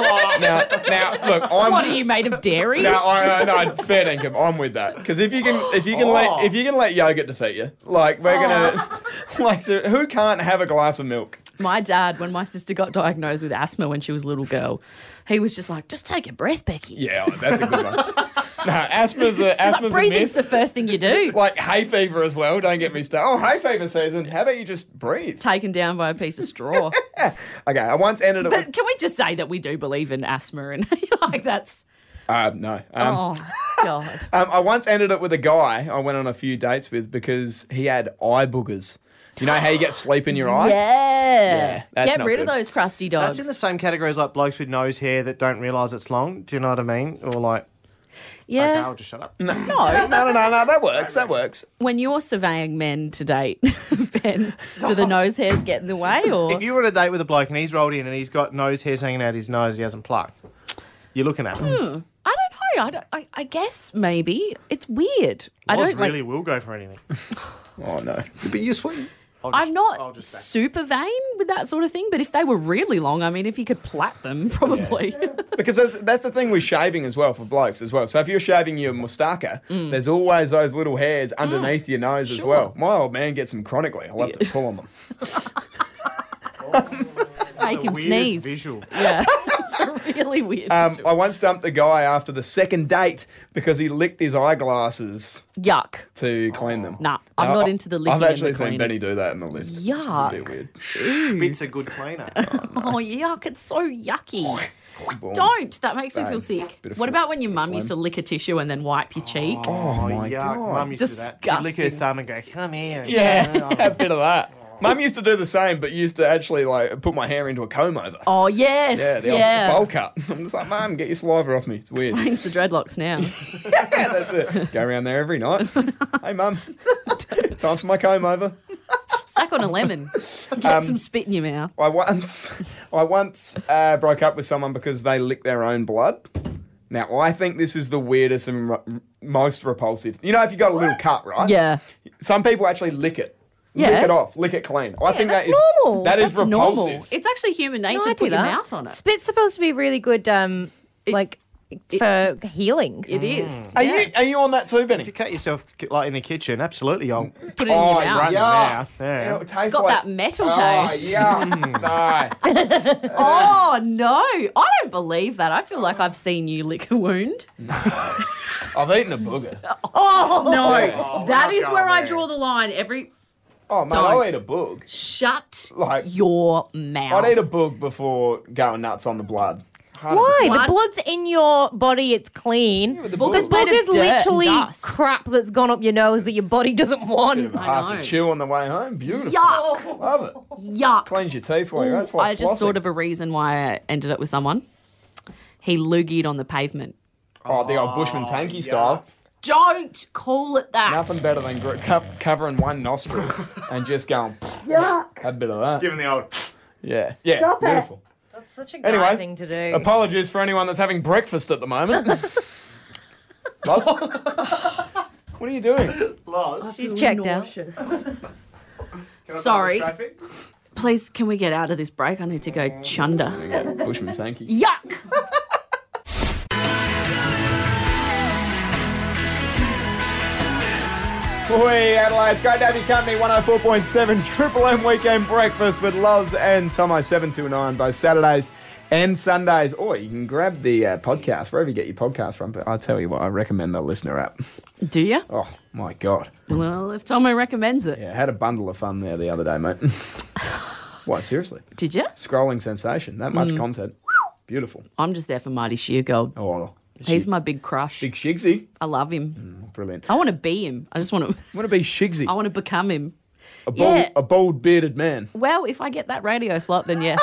[SPEAKER 5] Oh,
[SPEAKER 3] now, now, [LAUGHS] look, I'm.
[SPEAKER 4] What are you made of dairy?
[SPEAKER 3] No, I, I, no, fair dinkum. I'm with that because if you can, if you can let, if you can let yogurt defeat you, like we're gonna, [LAUGHS] like so who can't have a glass of milk?
[SPEAKER 4] My dad, when my sister got diagnosed with asthma when she was a little girl, he was just like, just take a breath, Becky.
[SPEAKER 3] Yeah, oh, that's a good [LAUGHS] one. no, asthma's a
[SPEAKER 4] It's like
[SPEAKER 3] asthma's a myth.
[SPEAKER 4] breathing's the first thing
[SPEAKER 3] [LAUGHS]
[SPEAKER 4] you do.
[SPEAKER 3] like hay fever as well. Don't get me started. Oh, hay fever season. How about you just breathe?
[SPEAKER 4] Taken down by a piece
[SPEAKER 3] [LAUGHS]
[SPEAKER 4] of straw.
[SPEAKER 3] Okay, I once ended it.
[SPEAKER 4] but
[SPEAKER 3] With,
[SPEAKER 4] can we just say that we do believe in asthma and [LAUGHS] like that's
[SPEAKER 3] uh, no. Um,
[SPEAKER 4] oh
[SPEAKER 3] [LAUGHS]
[SPEAKER 4] god.
[SPEAKER 3] Um, I once ended up with a guy I went on a few dates with because he had eye boogers. You know how you get sleep in your eye?
[SPEAKER 4] Yeah.
[SPEAKER 3] that's
[SPEAKER 4] Get
[SPEAKER 3] not
[SPEAKER 4] rid of
[SPEAKER 3] good.
[SPEAKER 4] those crusty dogs.
[SPEAKER 5] That's in the same category as like blokes with nose hair that don't realise it's long. Do you know what I mean? Or like, okay,
[SPEAKER 4] yeah.
[SPEAKER 5] I'll just shut up.
[SPEAKER 4] No.
[SPEAKER 3] No, no, no, no. That works. That works.
[SPEAKER 4] When you're surveying men to date, [LAUGHS] Ben, do the nose hairs get in the way or
[SPEAKER 5] If you were on a date with a bloke and he's rolled in and he's got nose hairs hanging out his nose, he hasn't plucked. You're looking at him.
[SPEAKER 4] I don't know. I, don't, I, I guess maybe. It's weird. I
[SPEAKER 5] Oz
[SPEAKER 4] don't like
[SPEAKER 5] really will go for anything.
[SPEAKER 3] Oh no.
[SPEAKER 5] But you sweet.
[SPEAKER 4] I'm
[SPEAKER 5] I'll
[SPEAKER 4] not
[SPEAKER 5] just back-
[SPEAKER 4] super vain with that sort of thing, but if they were really long, I mean, if you could plait them, [LAUGHS] probably.
[SPEAKER 3] Because that's, that's the thing with shaving as well for blokes as well. So if you're shaving your moustache,
[SPEAKER 4] Mm.
[SPEAKER 3] there's always those little hairs
[SPEAKER 4] Ah,
[SPEAKER 3] underneath your nose as well. My old man gets them chronically. I love to pull on them.
[SPEAKER 4] Make him
[SPEAKER 5] Weirdest
[SPEAKER 4] sneeze. [LAUGHS]
[SPEAKER 5] visual.
[SPEAKER 4] Yeah. it's a really weird.
[SPEAKER 3] Um,
[SPEAKER 4] visual.
[SPEAKER 3] I once dumped a guy after the second date because he licked his eyeglasses
[SPEAKER 4] Yuck.
[SPEAKER 3] to clean them.
[SPEAKER 4] Nah, I'm
[SPEAKER 3] Now,
[SPEAKER 4] not
[SPEAKER 3] I-
[SPEAKER 4] into the licking.
[SPEAKER 3] I've
[SPEAKER 4] and the
[SPEAKER 3] actually seen
[SPEAKER 4] cleaning.
[SPEAKER 3] Benny do that in the lift. which is a bit
[SPEAKER 4] Yuck.
[SPEAKER 3] weird.
[SPEAKER 5] Bit's a good cleaner.
[SPEAKER 4] [LAUGHS] Oh, yuck. It's so yucky.
[SPEAKER 3] Boom.
[SPEAKER 4] Don't. That makes me feel
[SPEAKER 3] Don't.
[SPEAKER 4] sick.
[SPEAKER 3] Bit of
[SPEAKER 4] What
[SPEAKER 3] fl-
[SPEAKER 4] about when your
[SPEAKER 3] bit of
[SPEAKER 4] mum used to
[SPEAKER 3] phlegm.
[SPEAKER 4] lick a tissue and then wipe your cheek?
[SPEAKER 5] Oh, my yuck.
[SPEAKER 3] God. [LAUGHS]
[SPEAKER 5] Mum used to do that. She'd lick her
[SPEAKER 4] Disgusting.
[SPEAKER 5] thumb and go, come here.
[SPEAKER 3] Yeah, a bit of that. Mum used to do the same, but used to actually like put my hair into a comb over.
[SPEAKER 4] Oh, yes.
[SPEAKER 3] yeah,
[SPEAKER 4] Yeah.
[SPEAKER 3] the old
[SPEAKER 4] [LAUGHS]
[SPEAKER 3] bowl cut. [LAUGHS] I'm just like, Mum, get your saliva off me. It's weird.
[SPEAKER 4] Explains the dreadlocks now.
[SPEAKER 3] Yeah, that's it. Go around there every
[SPEAKER 4] [LAUGHS]
[SPEAKER 3] night. hey, Mum, [LAUGHS] time for my comb over.
[SPEAKER 4] Suck on a
[SPEAKER 3] [LAUGHS]
[SPEAKER 4] lemon. Get
[SPEAKER 3] Um,
[SPEAKER 4] some spit in your mouth.
[SPEAKER 3] I once, [LAUGHS] I once uh, broke up with someone because they licked their own blood. Now I think this is the weirdest and ru- most repulsive. You know, if you got a little cut, right?
[SPEAKER 4] Yeah.
[SPEAKER 3] Some people actually lick it. Lick
[SPEAKER 4] Yeah.
[SPEAKER 3] it off, lick it clean. I think that
[SPEAKER 6] that's
[SPEAKER 3] is
[SPEAKER 6] normal.
[SPEAKER 3] that is
[SPEAKER 4] That's
[SPEAKER 3] repulsive.
[SPEAKER 4] normal. It's actually human nature
[SPEAKER 6] No,
[SPEAKER 4] to
[SPEAKER 6] I
[SPEAKER 4] put
[SPEAKER 6] do
[SPEAKER 4] your
[SPEAKER 6] that.
[SPEAKER 4] mouth on it.
[SPEAKER 6] Spit's supposed to be really good, um, like for healing.
[SPEAKER 4] It is.
[SPEAKER 3] Are you are you on that too, Benny?
[SPEAKER 5] If you cut yourself ki- like in the kitchen, absolutely, [LAUGHS] I'll
[SPEAKER 4] Put it in
[SPEAKER 3] Oh,
[SPEAKER 4] your
[SPEAKER 3] yeah.
[SPEAKER 4] mouth.
[SPEAKER 5] right in the mouth.
[SPEAKER 3] You know,
[SPEAKER 5] Yeah.
[SPEAKER 3] it tastes
[SPEAKER 4] got
[SPEAKER 3] like-
[SPEAKER 4] that metal
[SPEAKER 3] Oh,
[SPEAKER 4] taste. [LAUGHS]
[SPEAKER 3] yeah. [LAUGHS] no.
[SPEAKER 4] Oh no, I don't believe that. I feel like I've seen you lick a wound.
[SPEAKER 3] I've eaten a
[SPEAKER 4] [LAUGHS]
[SPEAKER 3] booger.
[SPEAKER 4] No, that is
[SPEAKER 5] going
[SPEAKER 4] where I
[SPEAKER 5] there.
[SPEAKER 4] draw the line. Every
[SPEAKER 3] Oh, man,
[SPEAKER 4] Don't.
[SPEAKER 3] I'll eat a boog.
[SPEAKER 4] shut
[SPEAKER 3] Like-
[SPEAKER 4] your mouth.
[SPEAKER 3] I'd eat a boog before going nuts on the blood. 100%.
[SPEAKER 6] Why?
[SPEAKER 4] Blood.
[SPEAKER 6] The blood's in your body, it's clean.
[SPEAKER 3] The
[SPEAKER 4] Well,
[SPEAKER 3] boog.
[SPEAKER 4] there's
[SPEAKER 6] Boog
[SPEAKER 4] Made of
[SPEAKER 6] is
[SPEAKER 4] dirt and
[SPEAKER 6] literally
[SPEAKER 4] dust.
[SPEAKER 6] crap that's gone up your nose that your body doesn't want. Oh.
[SPEAKER 4] I
[SPEAKER 3] half
[SPEAKER 4] know.
[SPEAKER 3] a chew on the way home. Beautiful.
[SPEAKER 4] Yuck!
[SPEAKER 3] Love it.
[SPEAKER 4] Yuck!
[SPEAKER 3] Cleans your teeth while you're at it. It's like
[SPEAKER 4] I just
[SPEAKER 3] flossing.
[SPEAKER 4] thought of a reason why I ended up with someone. He loogied on the pavement.
[SPEAKER 3] Oh, the old Bushman's hanky style.
[SPEAKER 4] Don't call it that.
[SPEAKER 3] Nothing better than gr- co- covering one nostril and just going. Have a bit of that.
[SPEAKER 5] Give him the old.
[SPEAKER 3] Yeah. Yeah. Beautiful.
[SPEAKER 6] That's such a
[SPEAKER 3] Anyway,
[SPEAKER 6] thing to do.
[SPEAKER 3] Apologies for anyone that's having breakfast at the
[SPEAKER 4] [LAUGHS]
[SPEAKER 3] moment. Loz? what are you doing? [LAUGHS]
[SPEAKER 5] Loz.
[SPEAKER 6] She's checked out.
[SPEAKER 4] Sorry. Please, can we get out of this break? I need to
[SPEAKER 3] Oh,
[SPEAKER 4] go chunder.
[SPEAKER 3] Bushman's hanky.
[SPEAKER 4] Yuck!
[SPEAKER 3] Boy, Adelaide, it's great to have you company. 104.7 Triple M Weekend Breakfast with Loves and Tomo 729 both Saturdays and Sundays. Or you can grab the uh, podcast wherever you get your podcast from. But I tell you what, I recommend the listener app.
[SPEAKER 4] Do you?
[SPEAKER 3] Oh, my God.
[SPEAKER 4] Well, if Tomo recommends it.
[SPEAKER 3] Yeah, I had a bundle of fun there the other day, mate. [LAUGHS] Why, seriously?
[SPEAKER 4] Did you?
[SPEAKER 3] Scrolling sensation. That
[SPEAKER 4] Mm.
[SPEAKER 3] much content. Beautiful.
[SPEAKER 4] I'm just there for Marty Sheargold.
[SPEAKER 3] Oh,
[SPEAKER 4] He's my big crush.
[SPEAKER 3] big Mm. Shigsy.
[SPEAKER 4] I love him.
[SPEAKER 3] Brilliant.
[SPEAKER 4] I want to be him. I just want to.
[SPEAKER 3] want to be Shigsy.
[SPEAKER 4] [LAUGHS] I want to become him.
[SPEAKER 3] a, bald,
[SPEAKER 4] Oh, yeah.
[SPEAKER 3] a bald bearded man.
[SPEAKER 4] Well, if I get that radio slot, then
[SPEAKER 3] [LAUGHS]
[SPEAKER 4] yes.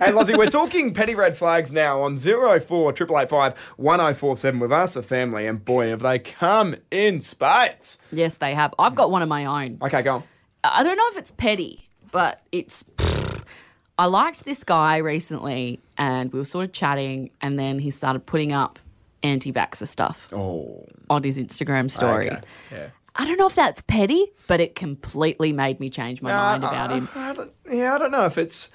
[SPEAKER 3] Hey, Lozzie, we're talking petty red flags now on 04 885 1047 with us, a family, and boy, have they come in spades.
[SPEAKER 4] yes, they have. I've got one of my own.
[SPEAKER 3] Okay, go on.
[SPEAKER 4] I don't know if it's petty, but it's. I liked this guy recently, and we were sort of chatting, and then he started putting up anti-vaxxer stuff
[SPEAKER 3] Oh,
[SPEAKER 4] on his Instagram story.
[SPEAKER 3] okay. Yeah.
[SPEAKER 4] I don't know if that's petty, but it completely made me change my mind about him.
[SPEAKER 3] Uh, I don't, yeah, I don't know if it's.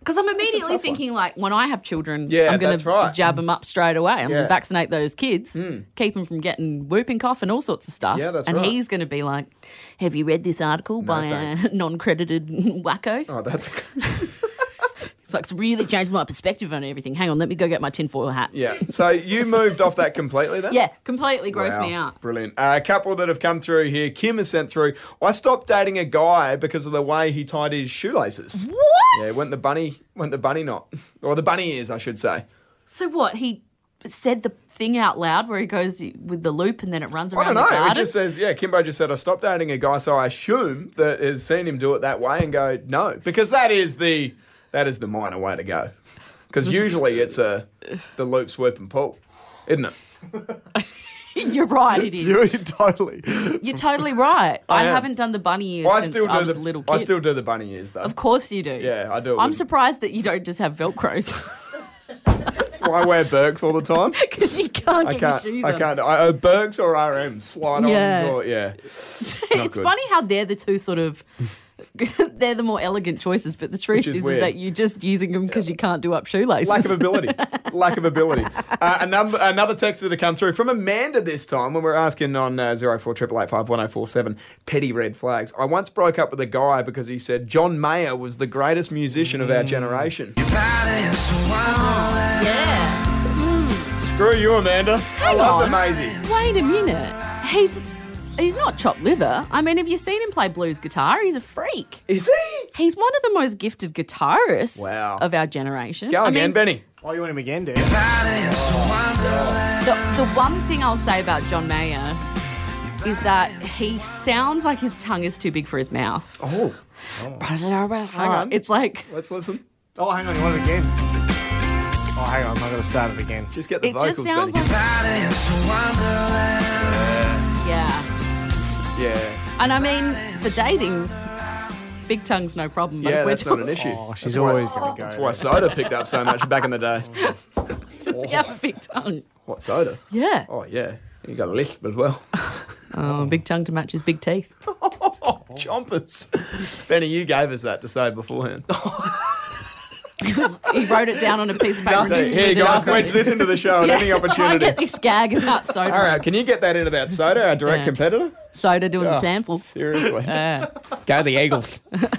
[SPEAKER 4] Because I'm immediately thinking, like, when I have children,
[SPEAKER 3] Yeah,
[SPEAKER 4] I'm going
[SPEAKER 3] that's
[SPEAKER 4] to
[SPEAKER 3] right.
[SPEAKER 4] jab them up straight away. I'm going
[SPEAKER 3] Yeah. Hmm.
[SPEAKER 4] to vaccinate those kids, keep them from getting whooping cough and all sorts of stuff.
[SPEAKER 3] Yeah, that's
[SPEAKER 4] and
[SPEAKER 3] right.
[SPEAKER 4] he's going to be like, Have you read this article by [LAUGHS]
[SPEAKER 3] thanks.
[SPEAKER 4] a non credited wacko?
[SPEAKER 3] Oh, that's. [LAUGHS]
[SPEAKER 4] It's like, It's really changed my perspective on everything. Hang on, let me go get my tinfoil hat.
[SPEAKER 3] Yeah. So you moved off that completely then?
[SPEAKER 4] Yeah, completely grossed
[SPEAKER 3] Wow,
[SPEAKER 4] me out.
[SPEAKER 3] Brilliant. Uh, a couple that have come through here. Kim has sent through. I stopped dating a guy because of the way he tied his shoelaces.
[SPEAKER 4] What?
[SPEAKER 3] Yeah, went the bunny, went the bunny knot, or the bunny ears, I should say.
[SPEAKER 4] so what? He said the thing out loud where he goes with the loop and then it runs around
[SPEAKER 3] I don't
[SPEAKER 4] the
[SPEAKER 3] know. It
[SPEAKER 4] garden.
[SPEAKER 3] just says, yeah, Kimbo just said, I stopped dating a guy, so I assume that has seen him do it that way and go, no. Because that is the that is the minor way to go. Because usually it's a the loop, swoop, and pull, isn't
[SPEAKER 4] [LAUGHS]
[SPEAKER 3] it?
[SPEAKER 4] You're right, it is.
[SPEAKER 5] You're totally.
[SPEAKER 4] You're totally right. I,
[SPEAKER 3] am.
[SPEAKER 4] haven't done the bunny ears
[SPEAKER 3] I
[SPEAKER 4] since
[SPEAKER 3] still do
[SPEAKER 4] I was
[SPEAKER 3] the
[SPEAKER 4] a little kid.
[SPEAKER 3] I still do the bunny ears though.
[SPEAKER 4] Of course you do.
[SPEAKER 3] Yeah, I do it
[SPEAKER 4] I'm
[SPEAKER 3] with-
[SPEAKER 4] surprised that you don't just have Velcros [LAUGHS]
[SPEAKER 3] That's why I wear Birks all the time.
[SPEAKER 4] because you can't
[SPEAKER 3] I
[SPEAKER 4] get
[SPEAKER 3] can't.
[SPEAKER 4] your shoes
[SPEAKER 3] I
[SPEAKER 4] on. [LAUGHS]
[SPEAKER 3] can't. I, uh, Bergs or RMs, slide ons
[SPEAKER 4] Yeah.
[SPEAKER 3] or yeah. Not
[SPEAKER 4] it's
[SPEAKER 3] good.
[SPEAKER 4] funny how they're the two sort of. [LAUGHS] they're the more elegant choices, but the truth
[SPEAKER 3] is
[SPEAKER 4] is, is
[SPEAKER 3] weird.
[SPEAKER 4] that you're just using them because you can't do up shoelaces.
[SPEAKER 3] Lack of ability. Lack of ability. Uh, a number, another text that had come through from Amanda this time when we were asking on uh, 048851047 petty red flags. I once broke up with a guy because he said John Mayer was the greatest musician
[SPEAKER 4] Mm.
[SPEAKER 3] of our generation.
[SPEAKER 4] [LAUGHS] yeah.
[SPEAKER 3] Screw you, Amanda. I love
[SPEAKER 4] on.
[SPEAKER 3] the Maisie.
[SPEAKER 4] Wait a minute. He's he's not chopped liver. I mean, have you seen him play blues guitar? He's a freak.
[SPEAKER 3] Is he?
[SPEAKER 4] He's one of the most gifted guitarists
[SPEAKER 3] Wow.
[SPEAKER 4] of our generation.
[SPEAKER 3] Go
[SPEAKER 4] I
[SPEAKER 3] again,
[SPEAKER 4] mean,
[SPEAKER 3] Benny.
[SPEAKER 5] Oh, you want him again, dude?
[SPEAKER 4] The, the one thing I'll say about John Mayer is that he sounds like his tongue is too big for his mouth.
[SPEAKER 3] Oh, on.
[SPEAKER 4] It's like
[SPEAKER 3] let's listen.
[SPEAKER 5] [LAUGHS] Oh, hang on, you want it again? Oh, hang on, I've got to start it again.
[SPEAKER 3] Just get the
[SPEAKER 4] it
[SPEAKER 3] vocals,
[SPEAKER 4] just sounds
[SPEAKER 3] Benny.
[SPEAKER 4] like yeah.
[SPEAKER 3] yeah,
[SPEAKER 4] And I mean, for dating, big tongue's no problem. But
[SPEAKER 3] yeah,
[SPEAKER 4] if we're
[SPEAKER 3] that's not an
[SPEAKER 4] talking-
[SPEAKER 3] issue.
[SPEAKER 5] Oh, she's always going to go.
[SPEAKER 3] That's why soda picked up so much back in the
[SPEAKER 4] [LAUGHS]
[SPEAKER 3] day.
[SPEAKER 4] Does he have a big tongue?
[SPEAKER 3] What soda?
[SPEAKER 4] Yeah.
[SPEAKER 3] Oh yeah, you got a lisp as well.
[SPEAKER 4] Oh, big tongue to match his big teeth. [LAUGHS]
[SPEAKER 3] Chompers. [LAUGHS] Benny, you gave us that to say beforehand.
[SPEAKER 4] Oh, He, was, he wrote it down on a piece of paper. and
[SPEAKER 3] So,
[SPEAKER 4] slid
[SPEAKER 3] here,
[SPEAKER 4] it
[SPEAKER 3] guys,
[SPEAKER 4] up.
[SPEAKER 3] wedge this into the show at
[SPEAKER 4] Yeah.
[SPEAKER 3] any
[SPEAKER 4] I
[SPEAKER 3] opportunity.
[SPEAKER 4] get this gag about soda.
[SPEAKER 3] All right, can you get that in about Soda, our direct
[SPEAKER 4] Yeah. Uh,
[SPEAKER 3] competitor?
[SPEAKER 4] Soda doing the
[SPEAKER 3] Oh, [LAUGHS]
[SPEAKER 4] samples.
[SPEAKER 3] Seriously.
[SPEAKER 4] Yeah.
[SPEAKER 3] Go the Eagles. [LAUGHS]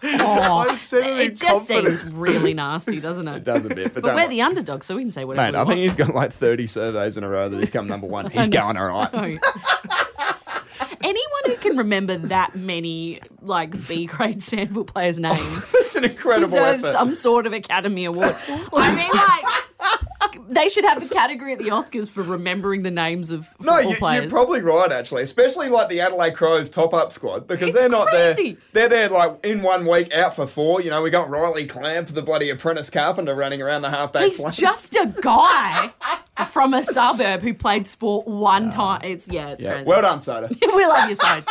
[SPEAKER 4] Oh,
[SPEAKER 3] I said it, in
[SPEAKER 4] it just
[SPEAKER 3] confidence.
[SPEAKER 4] seems really nasty, doesn't it?
[SPEAKER 3] It does a bit, but,
[SPEAKER 4] But
[SPEAKER 3] don't
[SPEAKER 4] we're
[SPEAKER 3] worry.
[SPEAKER 4] the underdog, so we can say whatever
[SPEAKER 3] Mate, I
[SPEAKER 4] we
[SPEAKER 3] think he's got like 30 surveys in a row that he's come number
[SPEAKER 4] [LAUGHS]
[SPEAKER 3] one. He's going all right.
[SPEAKER 4] want. [LAUGHS] Anyone who can remember that many like B grade Sandville players' names
[SPEAKER 3] That's an Oh, incredible
[SPEAKER 4] deserves
[SPEAKER 3] effort.
[SPEAKER 4] some sort of Academy Award. I mean, like they should have a category at the Oscars for remembering the names of
[SPEAKER 3] No,
[SPEAKER 4] football
[SPEAKER 3] you,
[SPEAKER 4] players.
[SPEAKER 3] you're probably right, actually, especially like the Adelaide Crows top up squad because
[SPEAKER 4] It's
[SPEAKER 3] they're not
[SPEAKER 4] crazy.
[SPEAKER 3] there. They're there like in one week, out for four. You know, we got Riley Clamp, the bloody apprentice carpenter, running around the halfback.
[SPEAKER 4] He's
[SPEAKER 3] flank.
[SPEAKER 4] just a guy from a suburb who played sport one time. It's yeah, it's
[SPEAKER 3] Ah.
[SPEAKER 4] [LAUGHS]
[SPEAKER 3] Yeah.
[SPEAKER 4] crazy.
[SPEAKER 3] Well done, Soda.
[SPEAKER 4] we love you, so.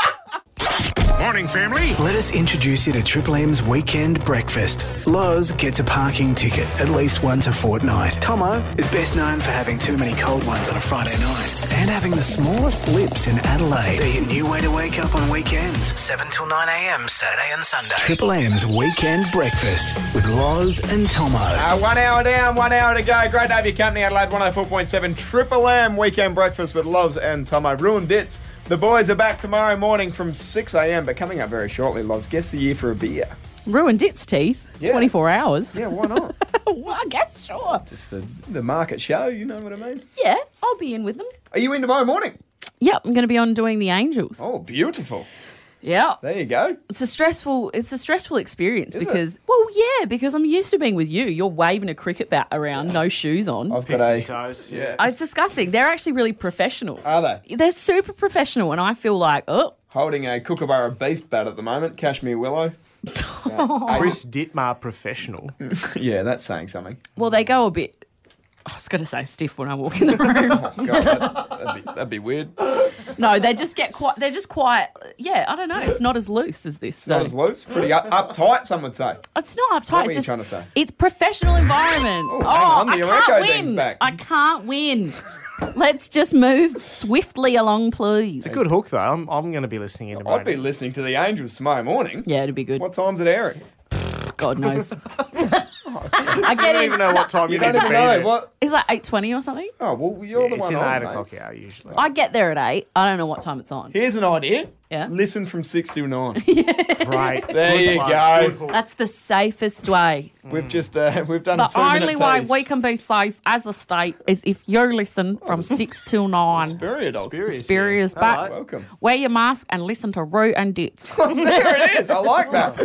[SPEAKER 7] Morning, family.
[SPEAKER 1] Let us introduce you to Triple M's Weekend Breakfast. Loz gets a parking ticket at least once a fortnight. Tomo is best known for having too many cold ones on a Friday night and having the smallest lips in Adelaide. They're your new way to wake up on weekends. 7 till 9 a.m. Saturday and Sunday. Triple M's Weekend Breakfast with Loz and Tomo.
[SPEAKER 3] Uh, one hour down, one hour to go. Great to have your company, Adelaide 104.7 Triple M Weekend Breakfast with Loves and Tomo. Ruined Dits. The boys are back tomorrow morning from 6 a.m., but coming up very shortly, Loves, guess the year for a beer.
[SPEAKER 4] Ruined its teas.
[SPEAKER 3] Yeah.
[SPEAKER 4] 24 hours.
[SPEAKER 3] Yeah, why not?
[SPEAKER 4] [LAUGHS] well, I guess sure.
[SPEAKER 3] [LAUGHS] Just the, the market show, you know what I mean?
[SPEAKER 4] Yeah, I'll be in with them.
[SPEAKER 3] Are you in tomorrow morning?
[SPEAKER 4] Yep, I'm going to be on doing the angels.
[SPEAKER 3] Oh, beautiful.
[SPEAKER 4] Yeah.
[SPEAKER 3] There you go.
[SPEAKER 4] It's a stressful. It's a stressful experience
[SPEAKER 3] Is it?
[SPEAKER 4] because, well, yeah, because I'm used to being with you. You're waving a cricket bat around, no shoes on.
[SPEAKER 3] I've got
[SPEAKER 5] Pixie's
[SPEAKER 3] a.
[SPEAKER 5] toes. Yeah.
[SPEAKER 4] Oh, It's disgusting. They're actually really professional.
[SPEAKER 3] Are they?
[SPEAKER 4] They're super professional, and I feel like, oh,
[SPEAKER 3] Holding a Kookaburra Beast bat at the moment, Cashmere
[SPEAKER 4] [LAUGHS]
[SPEAKER 3] Willow.
[SPEAKER 5] Chris Ditmar professional.
[SPEAKER 3] Mm. Yeah, that's saying
[SPEAKER 4] [LAUGHS]
[SPEAKER 3] something.
[SPEAKER 4] well, they go a bit. I was going to say stiff when I
[SPEAKER 3] [LAUGHS]
[SPEAKER 4] walk in the room.
[SPEAKER 3] God, that, that'd, be, that'd be weird.
[SPEAKER 4] no, they just get quite. They're just quite. Yeah, I don't know. It's not as loose as this. So.
[SPEAKER 3] Not as loose. Pretty up, uptight, some would say.
[SPEAKER 4] It's not uptight.
[SPEAKER 3] What were
[SPEAKER 4] it's
[SPEAKER 3] you
[SPEAKER 4] just,
[SPEAKER 3] trying to say?
[SPEAKER 4] It's professional environment. oh,
[SPEAKER 3] hang on,
[SPEAKER 4] I
[SPEAKER 3] the
[SPEAKER 4] can't
[SPEAKER 3] Oreko thing's
[SPEAKER 4] win.
[SPEAKER 3] back.
[SPEAKER 4] I can't win. Let's just move swiftly along, please.
[SPEAKER 5] It's a good hook though. I'm, I'm going to be listening in tomorrow.
[SPEAKER 3] I'd be [LAUGHS] listening to the Angels tomorrow morning.
[SPEAKER 4] Yeah, it'd be good.
[SPEAKER 3] What time's it airing? [LAUGHS]
[SPEAKER 4] God knows. [LAUGHS] I get
[SPEAKER 5] I don't
[SPEAKER 4] in.
[SPEAKER 5] even know what time
[SPEAKER 3] You
[SPEAKER 5] you
[SPEAKER 3] don't
[SPEAKER 5] need to be
[SPEAKER 3] even know
[SPEAKER 5] there.
[SPEAKER 3] what.
[SPEAKER 4] It's like eight twenty or something.
[SPEAKER 3] Oh well, you're the one.
[SPEAKER 5] It's in
[SPEAKER 3] on,
[SPEAKER 5] the eight
[SPEAKER 3] mate.
[SPEAKER 5] o'clock hour usually.
[SPEAKER 4] I get there at eight. I don't know what time it's on.
[SPEAKER 3] Here's an idea.
[SPEAKER 4] Yeah. Mm.
[SPEAKER 3] Listen from six to
[SPEAKER 4] [LAUGHS]
[SPEAKER 3] nine.
[SPEAKER 5] Great.
[SPEAKER 3] [LAUGHS] There
[SPEAKER 5] Good
[SPEAKER 3] you
[SPEAKER 5] one.
[SPEAKER 3] go.
[SPEAKER 5] Good hook.
[SPEAKER 4] That's the safest way.
[SPEAKER 3] we've just uh, we've done a
[SPEAKER 4] The
[SPEAKER 3] two
[SPEAKER 4] only
[SPEAKER 3] minute
[SPEAKER 4] way
[SPEAKER 3] tease.
[SPEAKER 4] we can be safe as a state is if you listen
[SPEAKER 3] Oh.
[SPEAKER 4] from six till nine.
[SPEAKER 3] Spirit dog.
[SPEAKER 5] Spurious.
[SPEAKER 4] Spurious,
[SPEAKER 5] yeah.
[SPEAKER 4] but
[SPEAKER 5] Alright.
[SPEAKER 3] Welcome.
[SPEAKER 4] wear your mask and listen to Root
[SPEAKER 3] [LAUGHS]
[SPEAKER 4] and Dits.
[SPEAKER 3] there it is. I like
[SPEAKER 4] [LAUGHS]
[SPEAKER 3] that.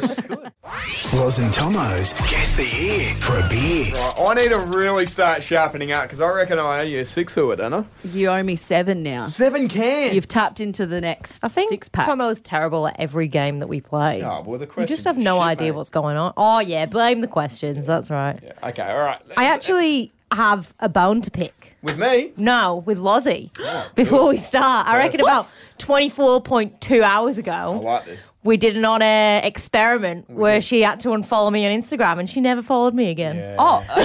[SPEAKER 1] Loz and Tomo's Guess the Year for a beer.
[SPEAKER 3] I need to really start sharpening up because I reckon I owe you a six hooer, don't I?
[SPEAKER 4] you owe me seven now.
[SPEAKER 3] Seven cans.
[SPEAKER 4] You've tapped into the next
[SPEAKER 6] I think
[SPEAKER 4] six pack.
[SPEAKER 6] Tomo's terrible at every game that we play.
[SPEAKER 3] Oh, well, the
[SPEAKER 6] you
[SPEAKER 3] questions.
[SPEAKER 6] just have
[SPEAKER 3] are
[SPEAKER 6] no
[SPEAKER 3] shit,
[SPEAKER 6] idea
[SPEAKER 3] mate.
[SPEAKER 6] what's going on. Oh yeah, blame the questions. That's right.
[SPEAKER 3] Okay, all right.
[SPEAKER 6] I actually have a bone to pick.
[SPEAKER 3] with me.
[SPEAKER 6] No,
[SPEAKER 3] [GASPS]
[SPEAKER 6] with Lozzie.
[SPEAKER 3] Oh,
[SPEAKER 6] Before we start, I reckon about 24.2 hours ago,
[SPEAKER 3] I like this.
[SPEAKER 6] we did an on air experiment where she had to unfollow me on Instagram and she never followed me again.
[SPEAKER 4] Oh, okay.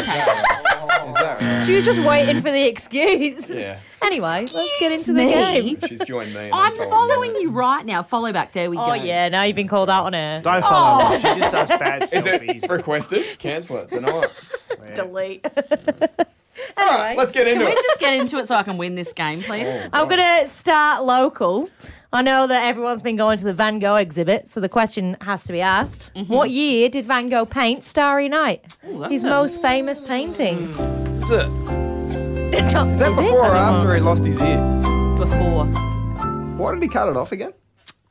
[SPEAKER 3] Is that right?
[SPEAKER 6] She was just waiting for the [LAUGHS] excuse.
[SPEAKER 3] Yeah.
[SPEAKER 6] Anyway, let's get into the
[SPEAKER 4] me.
[SPEAKER 6] game.
[SPEAKER 3] She's joined me. and
[SPEAKER 4] I'm
[SPEAKER 3] following
[SPEAKER 4] following
[SPEAKER 3] her.
[SPEAKER 4] you right now. Follow back. There we
[SPEAKER 6] Oh
[SPEAKER 4] go.
[SPEAKER 6] yeah, now you've been called out on air.
[SPEAKER 5] Don't follow her. She just does
[SPEAKER 3] [LAUGHS]
[SPEAKER 5] bad
[SPEAKER 3] Is it
[SPEAKER 5] selfies.
[SPEAKER 3] requested? Cancel it.
[SPEAKER 4] [LAUGHS]
[SPEAKER 3] Deny it.
[SPEAKER 6] Delete.
[SPEAKER 3] All right, let's get into
[SPEAKER 4] Can
[SPEAKER 3] it.
[SPEAKER 4] we just get into it so I can win this game, please?
[SPEAKER 6] I'm gonna start local. I know that everyone's been going to the Van Gogh exhibit, so the question has to be asked: What year did Van Gogh paint Starry Night?
[SPEAKER 4] Mm-hmm. that's
[SPEAKER 6] His
[SPEAKER 4] a- Hmm.
[SPEAKER 6] most famous painting.
[SPEAKER 3] Is it?
[SPEAKER 6] Is
[SPEAKER 3] Is that before or after he lost his ear?
[SPEAKER 4] Before.
[SPEAKER 3] Why did he cut it off again?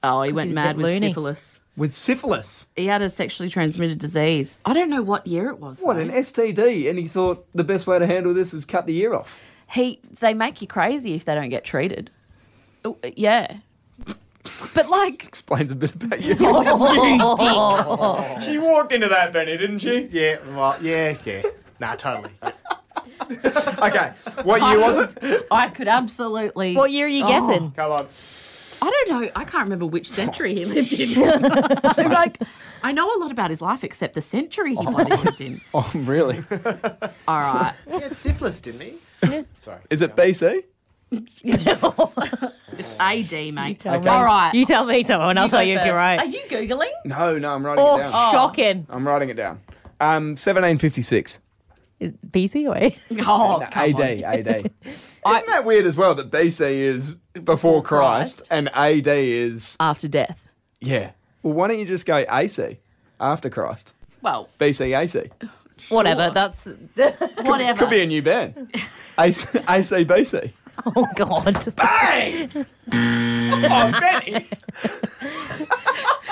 [SPEAKER 4] Oh, he went
[SPEAKER 6] was a
[SPEAKER 4] mad
[SPEAKER 6] bit
[SPEAKER 4] with
[SPEAKER 6] loony.
[SPEAKER 4] syphilis.
[SPEAKER 3] With syphilis.
[SPEAKER 4] He had a sexually transmitted disease. I don't know what year it was.
[SPEAKER 3] What
[SPEAKER 4] though.
[SPEAKER 3] an STD! And he thought the best way to handle this is cut the ear off.
[SPEAKER 4] he they make you crazy if they don't get treated. Oh, Yeah. But like
[SPEAKER 3] Explains a bit about
[SPEAKER 4] [LAUGHS]
[SPEAKER 3] you. she walked into that, Benny, didn't she?
[SPEAKER 5] Yeah, well, yeah, yeah. Nah, totally.
[SPEAKER 3] [LAUGHS] Okay. What year was it?
[SPEAKER 4] I could absolutely
[SPEAKER 6] What year are
[SPEAKER 4] Oh.
[SPEAKER 6] you guessing?
[SPEAKER 5] Come on.
[SPEAKER 4] I don't know. I can't remember which century he lived [LAUGHS] in. I'm like I know a lot about his life except the century he bloody lived in.
[SPEAKER 3] [LAUGHS] Oh, really?
[SPEAKER 4] All [LAUGHS] right.
[SPEAKER 5] He had syphilis, didn't he? Sorry.
[SPEAKER 3] Is it BC?
[SPEAKER 4] It's AD, mate.
[SPEAKER 6] Tell me.
[SPEAKER 4] All right.
[SPEAKER 6] You tell me, Tomo, and I'll tell
[SPEAKER 4] go
[SPEAKER 6] you if you're
[SPEAKER 4] first. Are
[SPEAKER 6] right.
[SPEAKER 4] you Googling?
[SPEAKER 3] No, no, I'm writing
[SPEAKER 6] Oh,
[SPEAKER 3] it down.
[SPEAKER 6] shocking!
[SPEAKER 3] I'm writing it down. Um, 1756.
[SPEAKER 6] Is it BC or A?
[SPEAKER 4] [LAUGHS] Oh, come
[SPEAKER 3] AD,
[SPEAKER 4] on.
[SPEAKER 3] AD. [LAUGHS] Isn't that weird as well that BC is before Christ, and AD is
[SPEAKER 4] After death.
[SPEAKER 3] yeah. Well, why don't you just go AC after Christ?
[SPEAKER 4] Well,
[SPEAKER 3] BC AC.
[SPEAKER 6] Whatever. That's
[SPEAKER 4] whatever.
[SPEAKER 3] Could be a new band. AC, [LAUGHS] ACBC.
[SPEAKER 6] oh god.
[SPEAKER 3] [LAUGHS] Oh, Benny.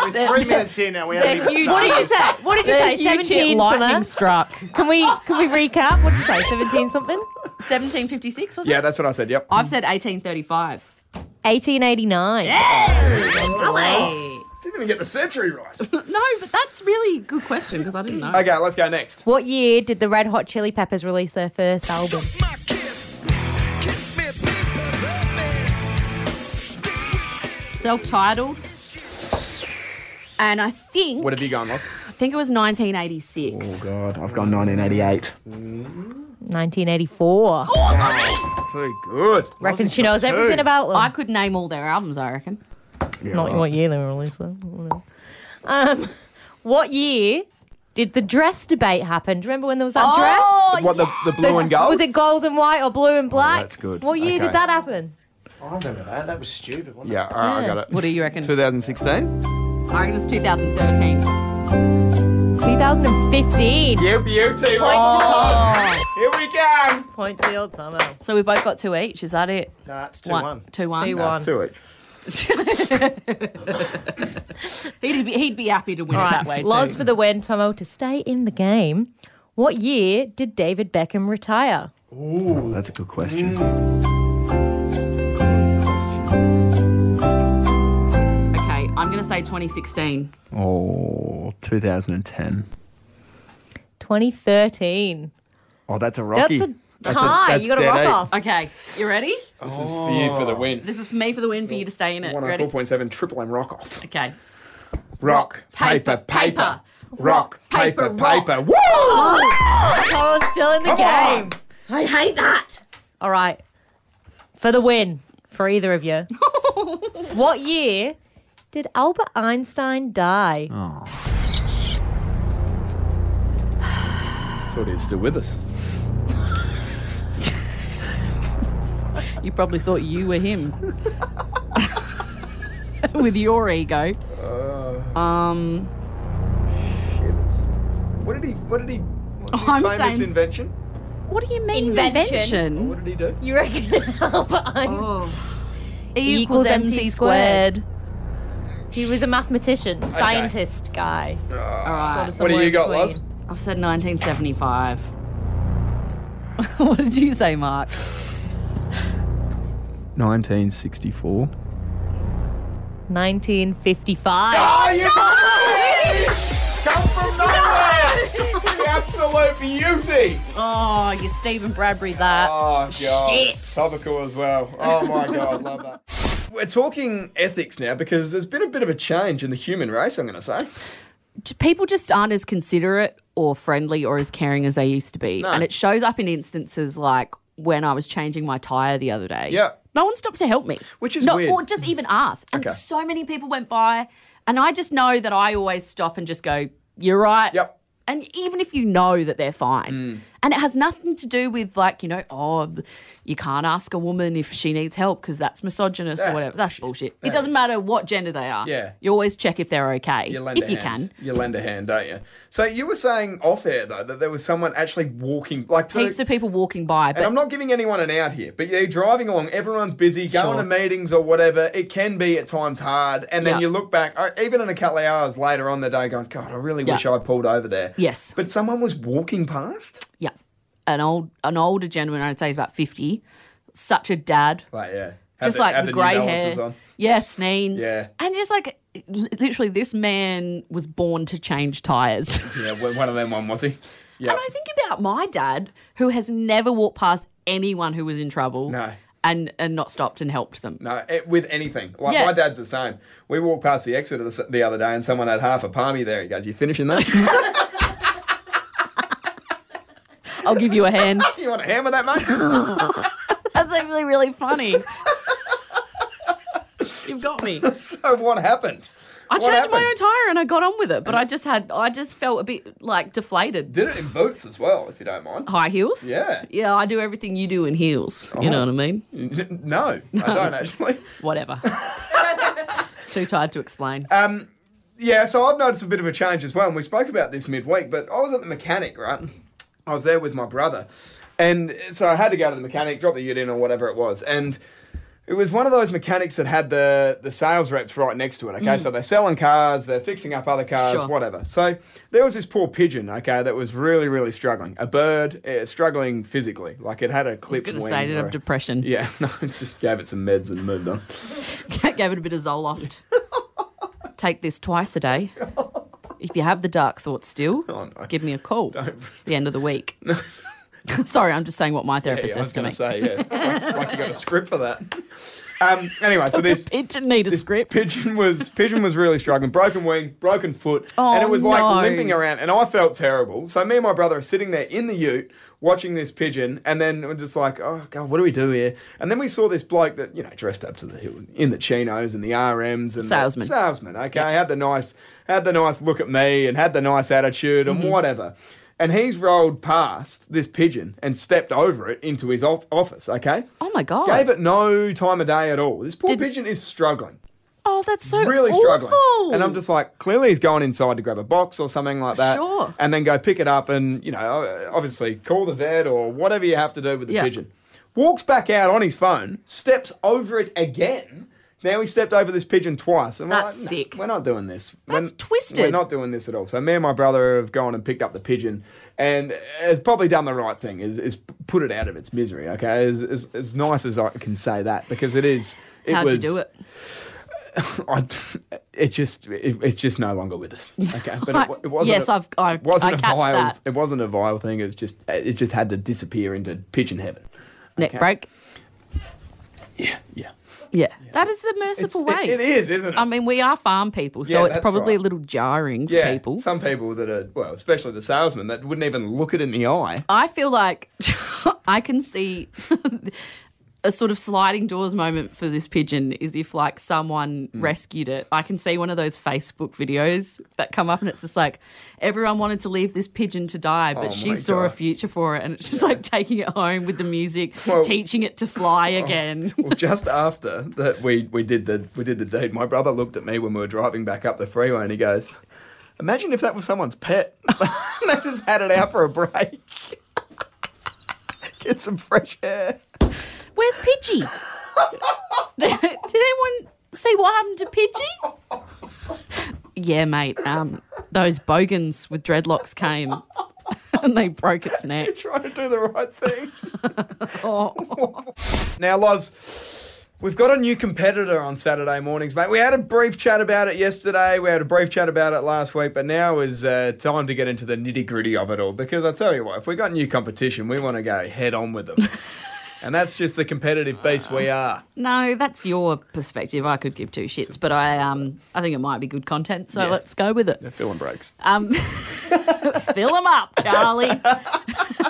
[SPEAKER 5] We're three minutes in now. We haven't even
[SPEAKER 6] What did you
[SPEAKER 5] started.
[SPEAKER 6] say? What did you say? Seventeen
[SPEAKER 4] lightning
[SPEAKER 6] something.
[SPEAKER 4] struck.
[SPEAKER 6] Can we can we recap? What did you say? Seventeen something.
[SPEAKER 4] [LAUGHS] 1756 was it?
[SPEAKER 3] yeah, that's what I said. Yep.
[SPEAKER 4] I've said 1835.
[SPEAKER 6] 1889.
[SPEAKER 3] Didn't even get the century right.
[SPEAKER 4] No, but that's really a good question because I didn't know.
[SPEAKER 3] okay, let's go next.
[SPEAKER 6] What year did the Red Hot Chili Peppers release their first album?
[SPEAKER 4] Self-titled.
[SPEAKER 7] And I think
[SPEAKER 3] What have you gone, Ross?
[SPEAKER 7] I think it was 1986.
[SPEAKER 3] God, I've gone 1988.
[SPEAKER 6] 1984.
[SPEAKER 3] Too good.
[SPEAKER 6] Reckon she knows everything about them.
[SPEAKER 7] I could name all their albums, I reckon.
[SPEAKER 6] Not what year they were released. though. Whatever. Um, what year did the dress debate happen? Do you remember when there was that dress?
[SPEAKER 3] What the, the blue and gold?
[SPEAKER 6] Was it gold and white or blue and black?
[SPEAKER 3] that's good.
[SPEAKER 6] What year
[SPEAKER 3] Okay.
[SPEAKER 6] did that happen?
[SPEAKER 5] [LAUGHS] I remember that. That was stupid. Wasn't
[SPEAKER 3] Yeah, all right, I got it.
[SPEAKER 4] What do you reckon?
[SPEAKER 3] 2016.
[SPEAKER 7] I reckon it was 2013.
[SPEAKER 6] 2015.
[SPEAKER 3] You beauty. Here we go.
[SPEAKER 6] Point to the old timer.
[SPEAKER 4] So we both got two each. Is that it?
[SPEAKER 5] it? Nah, it's two one.
[SPEAKER 4] Two one.
[SPEAKER 6] Two one.
[SPEAKER 3] To it.
[SPEAKER 4] He'd be, he'd be happy to win it that way. Too.
[SPEAKER 6] Laws for the win, Tomo, to stay in the game. What year did David Beckham retire?
[SPEAKER 2] That's a good question.
[SPEAKER 4] okay, I'm going to say 2016.
[SPEAKER 2] Oh, 2010.
[SPEAKER 6] 2013.
[SPEAKER 2] Oh, that's a
[SPEAKER 6] That's
[SPEAKER 2] rocky.
[SPEAKER 6] a tie.
[SPEAKER 2] that's
[SPEAKER 6] you got to
[SPEAKER 2] dead
[SPEAKER 6] rock
[SPEAKER 2] eight.
[SPEAKER 6] off.
[SPEAKER 4] Okay, you ready?
[SPEAKER 3] This is for you for the win.
[SPEAKER 4] This is for me for the win, for you to stay in it. Ready?
[SPEAKER 3] 104.7 Triple M Rock Off.
[SPEAKER 4] Okay.
[SPEAKER 3] Rock, paper, paper. Rock, paper, paper. Woo!
[SPEAKER 6] Tomo's still in the
[SPEAKER 3] on.
[SPEAKER 6] game.
[SPEAKER 7] I hate that.
[SPEAKER 6] All right. For the win, for either of you. what year did Albert Einstein die?
[SPEAKER 3] Oh. I thought he was still with us.
[SPEAKER 4] You probably thought you were him. With your ego. Um,
[SPEAKER 3] What did he? What did he? What was his
[SPEAKER 4] I'm
[SPEAKER 3] famous
[SPEAKER 4] saying-
[SPEAKER 3] invention.
[SPEAKER 4] what do you mean
[SPEAKER 7] Invention.
[SPEAKER 4] invention?
[SPEAKER 3] What did he do?
[SPEAKER 6] You reckon [LAUGHS] Albert Einstein?
[SPEAKER 4] E equals MC squared.
[SPEAKER 6] He was a mathematician, scientist guy.
[SPEAKER 4] All right.
[SPEAKER 3] What
[SPEAKER 6] Sort of
[SPEAKER 3] do
[SPEAKER 6] somewhere
[SPEAKER 3] you
[SPEAKER 6] in
[SPEAKER 3] got,
[SPEAKER 6] between.
[SPEAKER 3] Loz?
[SPEAKER 4] I've said 1975. [LAUGHS] what did you say, Mark?
[SPEAKER 2] 1964.
[SPEAKER 6] 1955.
[SPEAKER 3] Oh, you come from [LAUGHS] nowhere. You Absolute beauty.
[SPEAKER 4] Oh, you Stephen Bradbury that.
[SPEAKER 3] Oh god. Topical as well. Oh my god, love that. We're talking ethics now because there's been a bit of a change in the human race. I'm going to say.
[SPEAKER 4] J- People just aren't as considerate or friendly or as caring as they used to be. And it shows up in instances like when I was changing my tyre the other day.
[SPEAKER 3] Yeah.
[SPEAKER 4] No one stopped to help me.
[SPEAKER 3] Which is
[SPEAKER 4] no,
[SPEAKER 3] weird.
[SPEAKER 4] Or just even ask. And
[SPEAKER 3] Okay.
[SPEAKER 4] so many people went by. And I just know that I always stop and just go, you're right.
[SPEAKER 3] Yep. Mm.
[SPEAKER 4] And even if you know that they're fine, and it has nothing to do with like, you know, oh, you can't ask a woman if she needs help because that's misogynist or
[SPEAKER 3] That's
[SPEAKER 4] whatever. That's bullshit. it doesn't matter what gender they are.
[SPEAKER 3] Yeah.
[SPEAKER 4] You always check if they're okay.
[SPEAKER 3] You lend
[SPEAKER 4] if
[SPEAKER 3] a
[SPEAKER 4] you
[SPEAKER 3] hand.
[SPEAKER 4] can.
[SPEAKER 3] You lend a hand, don't you? So you were saying off air though that there was someone actually walking, like
[SPEAKER 4] heaps of people walking by,
[SPEAKER 3] And
[SPEAKER 4] but
[SPEAKER 3] I'm not giving anyone an out here, but you're driving along, everyone's busy, going to
[SPEAKER 4] Sure.
[SPEAKER 3] meetings or whatever. It can be at times hard. And then
[SPEAKER 4] Yeah.
[SPEAKER 3] you look back, uh, even in a couple of hours later on the day, going, God, I really wish
[SPEAKER 4] Yeah.
[SPEAKER 3] I pulled over there.
[SPEAKER 4] Yes.
[SPEAKER 3] But someone was walking past?
[SPEAKER 4] yeah, an old an older gentleman, I'd say he's about fifty, such a dad,
[SPEAKER 3] Like, yeah. Had
[SPEAKER 4] just like
[SPEAKER 3] had
[SPEAKER 4] the,
[SPEAKER 3] New
[SPEAKER 4] grey
[SPEAKER 3] Balances
[SPEAKER 4] hair,
[SPEAKER 3] on.
[SPEAKER 4] yeah, sneans,
[SPEAKER 3] Yeah.
[SPEAKER 4] and just like li- literally, this man was born to change tires. [LAUGHS]
[SPEAKER 3] Yeah, one one of them one, was he? Yeah.
[SPEAKER 4] And I think about my dad, who has never walked past anyone who was in trouble,
[SPEAKER 3] No.
[SPEAKER 4] and and not stopped and helped them.
[SPEAKER 3] No, it, with anything. Like
[SPEAKER 4] Yeah.
[SPEAKER 3] my dad's the same. We walked past the exit of the, s- the other day, and someone had half a palmy there. He goes, "You finishing
[SPEAKER 4] [LAUGHS]
[SPEAKER 3] that? [LAUGHS]
[SPEAKER 4] I'll give you a hand.
[SPEAKER 3] [LAUGHS] you want to hammer that, mate?" [LAUGHS]
[SPEAKER 4] That's actually really funny. You've got me.
[SPEAKER 3] so what happened?
[SPEAKER 4] I
[SPEAKER 3] What
[SPEAKER 4] changed
[SPEAKER 3] happened?
[SPEAKER 4] my own tire and I got on with it, but I just had I just felt a bit like deflated.
[SPEAKER 3] Did it in boots as well, if you don't mind.
[SPEAKER 4] High heels?
[SPEAKER 3] Yeah. Oh.
[SPEAKER 4] Yeah, I do everything you do in heels. You know what I mean?
[SPEAKER 3] N- [LAUGHS] No, I don't actually. [LAUGHS]
[SPEAKER 4] Whatever. Too tired to explain.
[SPEAKER 3] Yeah, so I've noticed a bit of a change as well, and we spoke about this midweek, but I was at the mechanic, right? I was there with my brother, and so I had to go to the mechanic, drop the ute in or whatever it was, and it was one of those mechanics that had the, the sales reps right next to it, okay? So they're selling cars, they're fixing up other cars,
[SPEAKER 4] Mm. Sure.
[SPEAKER 3] whatever. So there was this poor pigeon, okay, that was really, really struggling. A bird, eh, struggling physically. Like it had a
[SPEAKER 4] I was
[SPEAKER 3] clipped
[SPEAKER 4] going to
[SPEAKER 3] wing.
[SPEAKER 4] say, did
[SPEAKER 3] or
[SPEAKER 4] have
[SPEAKER 3] a-
[SPEAKER 4] depression.
[SPEAKER 3] Yeah, [LAUGHS] no, just gave it some meds and moved on. [LAUGHS]
[SPEAKER 4] [LAUGHS] Gave it a bit of Zoloft. Take this twice a day. If you have the dark thoughts still,
[SPEAKER 3] no.
[SPEAKER 4] give me a call at the end of
[SPEAKER 3] [LAUGHS]
[SPEAKER 4] the week. [LAUGHS] Sorry, I'm just saying what my therapist
[SPEAKER 3] Yeah, I was
[SPEAKER 4] says to
[SPEAKER 3] going
[SPEAKER 4] me. [LAUGHS]
[SPEAKER 3] to say, yeah. It's like, like you got a script for that. Um, anyway, so this
[SPEAKER 4] pigeon need a
[SPEAKER 3] this
[SPEAKER 4] script.
[SPEAKER 3] Pigeon was pigeon was really struggling. Broken wing, broken foot,
[SPEAKER 4] Oh,
[SPEAKER 3] and it was
[SPEAKER 4] no.
[SPEAKER 3] like limping around. And I felt terrible. So me and my brother are sitting there in the Ute watching this pigeon, and then we're just like, oh god, what do we do here? And then we saw this bloke that you know dressed up to the hill in the chinos and the RMs and the-
[SPEAKER 4] Salesman.
[SPEAKER 3] salesman. Okay, had the nice had the nice look at me and had the nice attitude
[SPEAKER 4] Mm-hmm.
[SPEAKER 3] and whatever. And he's rolled past this pigeon and stepped over it into his off- office. Okay.
[SPEAKER 4] Oh my god!
[SPEAKER 3] Gave it no time of day at all. This poor
[SPEAKER 4] Did-
[SPEAKER 3] pigeon is struggling
[SPEAKER 4] oh, that's so
[SPEAKER 3] really
[SPEAKER 4] awful.
[SPEAKER 3] struggling. And I'm just like, clearly he's going inside to grab a box or something like that.
[SPEAKER 4] Sure.
[SPEAKER 3] And then go pick it up and, you know, obviously call the vet or whatever you have to do with the
[SPEAKER 4] Yeah.
[SPEAKER 3] pigeon. Walks back out on his phone, steps over it again. Now he stepped over this pigeon twice. And we're
[SPEAKER 4] That's
[SPEAKER 3] like, "No,
[SPEAKER 4] sick.
[SPEAKER 3] we're not doing this.
[SPEAKER 4] That's
[SPEAKER 3] we're,
[SPEAKER 4] twisted.
[SPEAKER 3] We're not doing this at all. So me and my brother have gone and picked up the pigeon and has probably done the right thing, is, is put it out of its misery, okay? As, as, as nice as I can say that, because it is. It
[SPEAKER 4] How'd
[SPEAKER 3] was,
[SPEAKER 4] you do it?
[SPEAKER 3] I, it just it, it's just no longer with
[SPEAKER 4] [LAUGHS]
[SPEAKER 3] us. Okay, but it, wa- it wasn't.
[SPEAKER 4] Yes,
[SPEAKER 3] a,
[SPEAKER 4] I've- I-
[SPEAKER 3] it wasn't
[SPEAKER 4] I
[SPEAKER 3] a
[SPEAKER 4] catch
[SPEAKER 3] vile.
[SPEAKER 4] that.
[SPEAKER 3] It wasn't a vile thing. It was just it just had to disappear into pigeon heaven.
[SPEAKER 4] Neck
[SPEAKER 3] Okay.
[SPEAKER 4] break.
[SPEAKER 3] Yeah, yeah.
[SPEAKER 4] Yeah. that is the merciful
[SPEAKER 3] It's-
[SPEAKER 4] way.
[SPEAKER 3] it- it is, isn't it?
[SPEAKER 4] I mean, we are farm people, so
[SPEAKER 3] Yeah,
[SPEAKER 4] it's
[SPEAKER 3] that's
[SPEAKER 4] probably
[SPEAKER 3] right.
[SPEAKER 4] a little jarring for
[SPEAKER 3] yeah,
[SPEAKER 4] people.
[SPEAKER 3] some people that are well, especially the salesman that wouldn't even look it in the
[SPEAKER 4] [LAUGHS]
[SPEAKER 3] eye.
[SPEAKER 4] I feel like I can see [LAUGHS] a sort of sliding doors moment for this pigeon is if like someone
[SPEAKER 3] Hmm.
[SPEAKER 4] rescued it. I can see one of those Facebook videos that come up and it's just like everyone wanted to leave this pigeon to die, but
[SPEAKER 3] Oh
[SPEAKER 4] she
[SPEAKER 3] my
[SPEAKER 4] saw a
[SPEAKER 3] God.
[SPEAKER 4] future for it and it's just like taking it home with the music,
[SPEAKER 3] Well- oh.
[SPEAKER 4] teaching it to
[SPEAKER 3] [LAUGHS]
[SPEAKER 4] fly again.
[SPEAKER 3] well, just after that we, we did the we did the deed, my brother looked at me when we were driving back up the freeway and he goes, Imagine if that was someone's pet. [LAUGHS] they just had it out for a break. [LAUGHS] Get some fresh air.
[SPEAKER 4] Where's Pidgey? Did anyone see what happened to Pidgey? Yeah, mate. Um, those bogans with dreadlocks came [LAUGHS] and they broke its neck.
[SPEAKER 3] [LAUGHS] Trying to do the right
[SPEAKER 4] [LAUGHS]
[SPEAKER 3] thing.
[SPEAKER 4] Oh.
[SPEAKER 3] [LAUGHS] now, Loz, we've got a new competitor on Saturday mornings, mate. We had a brief chat about it yesterday. We had a brief chat about it last week, but now is uh, time to get into the nitty gritty of it all. Because I tell you what, if we got new competition, we want to go head on with
[SPEAKER 4] [LAUGHS]
[SPEAKER 3] them. and that's just the competitive beast we
[SPEAKER 4] Ah.
[SPEAKER 3] are.
[SPEAKER 4] No, that's your perspective. I could give two shits, but I um, I think it might be good content, so
[SPEAKER 3] Yeah.
[SPEAKER 4] let's go with it.
[SPEAKER 3] Filling breaks.
[SPEAKER 4] Um, fill them up, Charlie. [LAUGHS]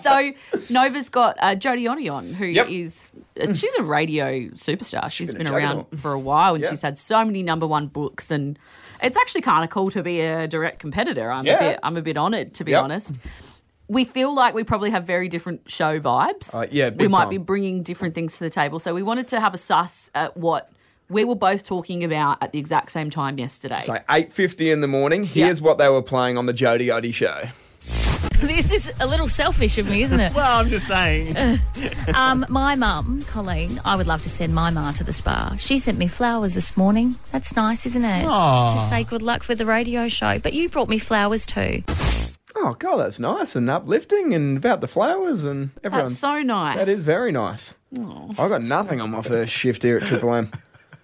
[SPEAKER 4] so Nova's got uh, Jodie Oni on, who is
[SPEAKER 3] Yep.
[SPEAKER 4] uh, she's a radio superstar. she's
[SPEAKER 3] been
[SPEAKER 4] been
[SPEAKER 3] a
[SPEAKER 4] around
[SPEAKER 3] juggernaut.
[SPEAKER 4] for a while, and
[SPEAKER 3] Yeah.
[SPEAKER 4] she's had so many number one books, and it's actually kind of cool to be a direct competitor. I'm
[SPEAKER 3] Yeah.
[SPEAKER 4] a bit, I'm a bit honoured to be
[SPEAKER 3] Yep.
[SPEAKER 4] honest. We feel like we probably have very different show vibes.
[SPEAKER 3] Uh, yeah, big
[SPEAKER 4] we might
[SPEAKER 3] time.
[SPEAKER 4] be bringing different things to the table. So we wanted to have a suss at what we were both talking about at the exact same time yesterday.
[SPEAKER 3] So 8.50 in the morning, here's what they were playing on the Jody Oddy show.
[SPEAKER 8] [LAUGHS] This is a little selfish of me, isn't it?
[SPEAKER 9] Well, I'm just saying.
[SPEAKER 8] [LAUGHS] Um, my mum, Colleen, I would love to send my ma to the spa. She sent me flowers this morning. That's nice, isn't it? To say good luck with the radio show. But you brought me flowers too.
[SPEAKER 3] Oh, God, that's nice and uplifting and about the flowers and everyone.
[SPEAKER 4] That's so nice.
[SPEAKER 3] That is very nice. I got nothing on my first shift here at Triple M.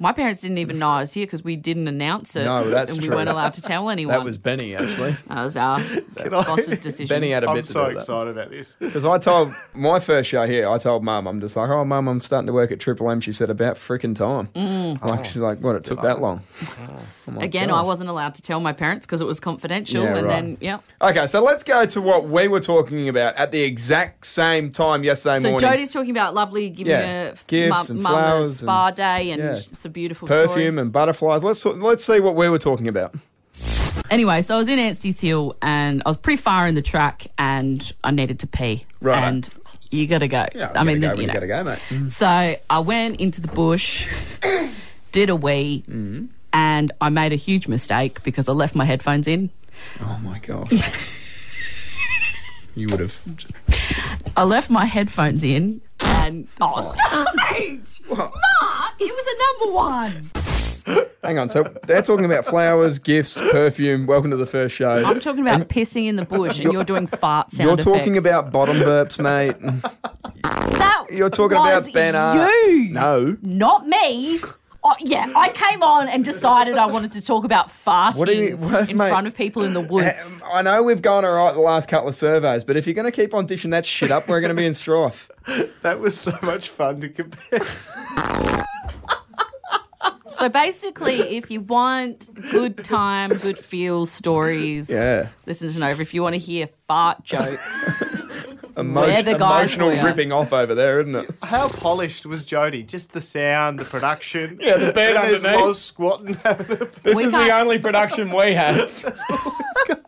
[SPEAKER 4] My parents didn't even know I was here because we didn't announce it.
[SPEAKER 3] No, that's
[SPEAKER 4] [LAUGHS] and we
[SPEAKER 3] true.
[SPEAKER 4] weren't allowed to tell
[SPEAKER 3] [LAUGHS]
[SPEAKER 4] anyone.
[SPEAKER 3] That was Benny
[SPEAKER 4] [LAUGHS]
[SPEAKER 3] actually.
[SPEAKER 4] That
[SPEAKER 3] [LAUGHS]
[SPEAKER 4] was our boss's decision.
[SPEAKER 3] Benny had a
[SPEAKER 5] I'm
[SPEAKER 3] bit
[SPEAKER 5] so
[SPEAKER 3] to do with that.
[SPEAKER 5] excited about this.
[SPEAKER 3] Because I told my first show here, I told Mum, I'm just like, oh Mum, I'm starting to work at Triple M. She said about freaking time.
[SPEAKER 4] Mm.
[SPEAKER 3] I'm like she's like, what? It took that long.
[SPEAKER 4] Again, I wasn't allowed to tell my parents because it was confidential.
[SPEAKER 3] Yeah,
[SPEAKER 4] and
[SPEAKER 3] right.
[SPEAKER 4] then, yeah.
[SPEAKER 3] Okay, so let's go to what we were talking about at the exact same time yesterday
[SPEAKER 4] So
[SPEAKER 3] morning.
[SPEAKER 4] Jodie's talking about lovely giving
[SPEAKER 3] Yeah,
[SPEAKER 4] a
[SPEAKER 3] gifts and
[SPEAKER 4] mum a
[SPEAKER 3] flowers
[SPEAKER 4] spa
[SPEAKER 3] and-
[SPEAKER 4] day, and
[SPEAKER 3] yeah.
[SPEAKER 4] it's a beautiful story.
[SPEAKER 3] Perfume and butterflies. Let's let's see what we were talking about.
[SPEAKER 4] Anyway, so I was in Anstey's Hill and I was pretty far in the track and I needed to pee.
[SPEAKER 3] Right.
[SPEAKER 4] And you gotta go.
[SPEAKER 3] Yeah,
[SPEAKER 4] I mean,
[SPEAKER 3] gotta go,
[SPEAKER 4] you
[SPEAKER 3] when gotta
[SPEAKER 4] know.
[SPEAKER 3] go, mate.
[SPEAKER 4] So I went into the bush, [COUGHS] did a wee, and I made a huge mistake because I left my headphones in.
[SPEAKER 3] Oh my god.
[SPEAKER 4] [LAUGHS]
[SPEAKER 3] you would have.
[SPEAKER 4] I left my headphones in and oh,
[SPEAKER 3] [LAUGHS]
[SPEAKER 4] don't! Mark, it was a number one.
[SPEAKER 3] Hang on. So they're talking about flowers, gifts, perfume. Welcome to the first show.
[SPEAKER 4] I'm talking about pissing in the bush, and you're doing fart sound
[SPEAKER 3] You're talking
[SPEAKER 4] effects.
[SPEAKER 3] about bottom burps, mate.
[SPEAKER 4] that.
[SPEAKER 3] You're talking
[SPEAKER 4] was
[SPEAKER 3] about Ben
[SPEAKER 4] you,
[SPEAKER 3] Arts. No.
[SPEAKER 4] not me. Oh, yeah, I came on and decided I wanted to talk about farting
[SPEAKER 3] What are you- what,
[SPEAKER 4] in
[SPEAKER 3] mate?
[SPEAKER 4] front of people in the woods.
[SPEAKER 3] Um, I know we've gone all right the last couple of surveys, but if you're going to
[SPEAKER 4] [LAUGHS]
[SPEAKER 3] keep on dishing that shit up, we're going to be in strife.
[SPEAKER 5] That was so much fun to compare.
[SPEAKER 4] So basically, if you want good time, good feel stories,
[SPEAKER 3] Yeah.
[SPEAKER 4] listen to Nova. If you want to hear fart
[SPEAKER 5] [LAUGHS]
[SPEAKER 4] jokes,
[SPEAKER 3] Emotion-
[SPEAKER 4] the guys
[SPEAKER 3] emotional
[SPEAKER 4] for ya.
[SPEAKER 3] ripping off over there, isn't it?
[SPEAKER 5] How polished was Jodie? Just the sound, the production.
[SPEAKER 9] Yeah, the bed
[SPEAKER 5] And there's
[SPEAKER 9] underneath.
[SPEAKER 5] Loz squatting. [LAUGHS] having a-
[SPEAKER 9] [LAUGHS] This
[SPEAKER 4] We
[SPEAKER 9] is the
[SPEAKER 4] can't-
[SPEAKER 9] only production we have.
[SPEAKER 5] well,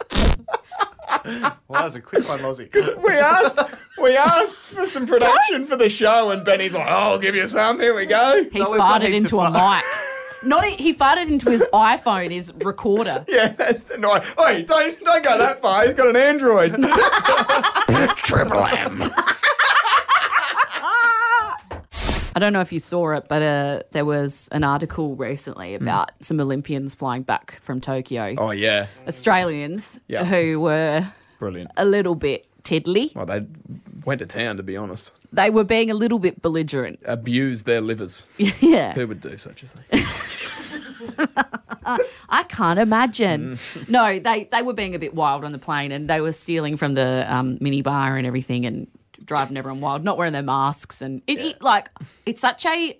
[SPEAKER 5] that was a quick one, Lozzie.
[SPEAKER 3] [LAUGHS] We asked, we asked for some production for the show, and Benny's like, "Oh, I'll give you some. Here we go."
[SPEAKER 4] he
[SPEAKER 5] No, we've got
[SPEAKER 4] farted
[SPEAKER 5] heaps
[SPEAKER 4] into
[SPEAKER 5] of
[SPEAKER 4] a mic. Not e- he farted into his iPhone, his recorder.
[SPEAKER 3] [LAUGHS] Yeah, that's the noise. Oi, don't don't go that far. He's got an Android. [LAUGHS] Triple M.
[SPEAKER 4] I don't know if you saw it, but uh, there was an article recently about some Olympians flying back from Tokyo,
[SPEAKER 3] Hmm. Oh yeah,
[SPEAKER 4] Australians
[SPEAKER 3] Yeah.
[SPEAKER 4] who were
[SPEAKER 3] brilliant.
[SPEAKER 4] a little bit tiddly.
[SPEAKER 3] Well, they went to town to be honest.
[SPEAKER 4] They were being a little bit belligerent. [LAUGHS]
[SPEAKER 3] Abused their livers.
[SPEAKER 4] yeah.
[SPEAKER 3] Who would do such a thing?
[SPEAKER 4] I can't imagine.
[SPEAKER 3] Mm.
[SPEAKER 4] [LAUGHS] no, they, they were being a bit wild on the plane and they were stealing from the um, minibar and everything and driving everyone wild, not wearing their masks. And it, it like, it's such a,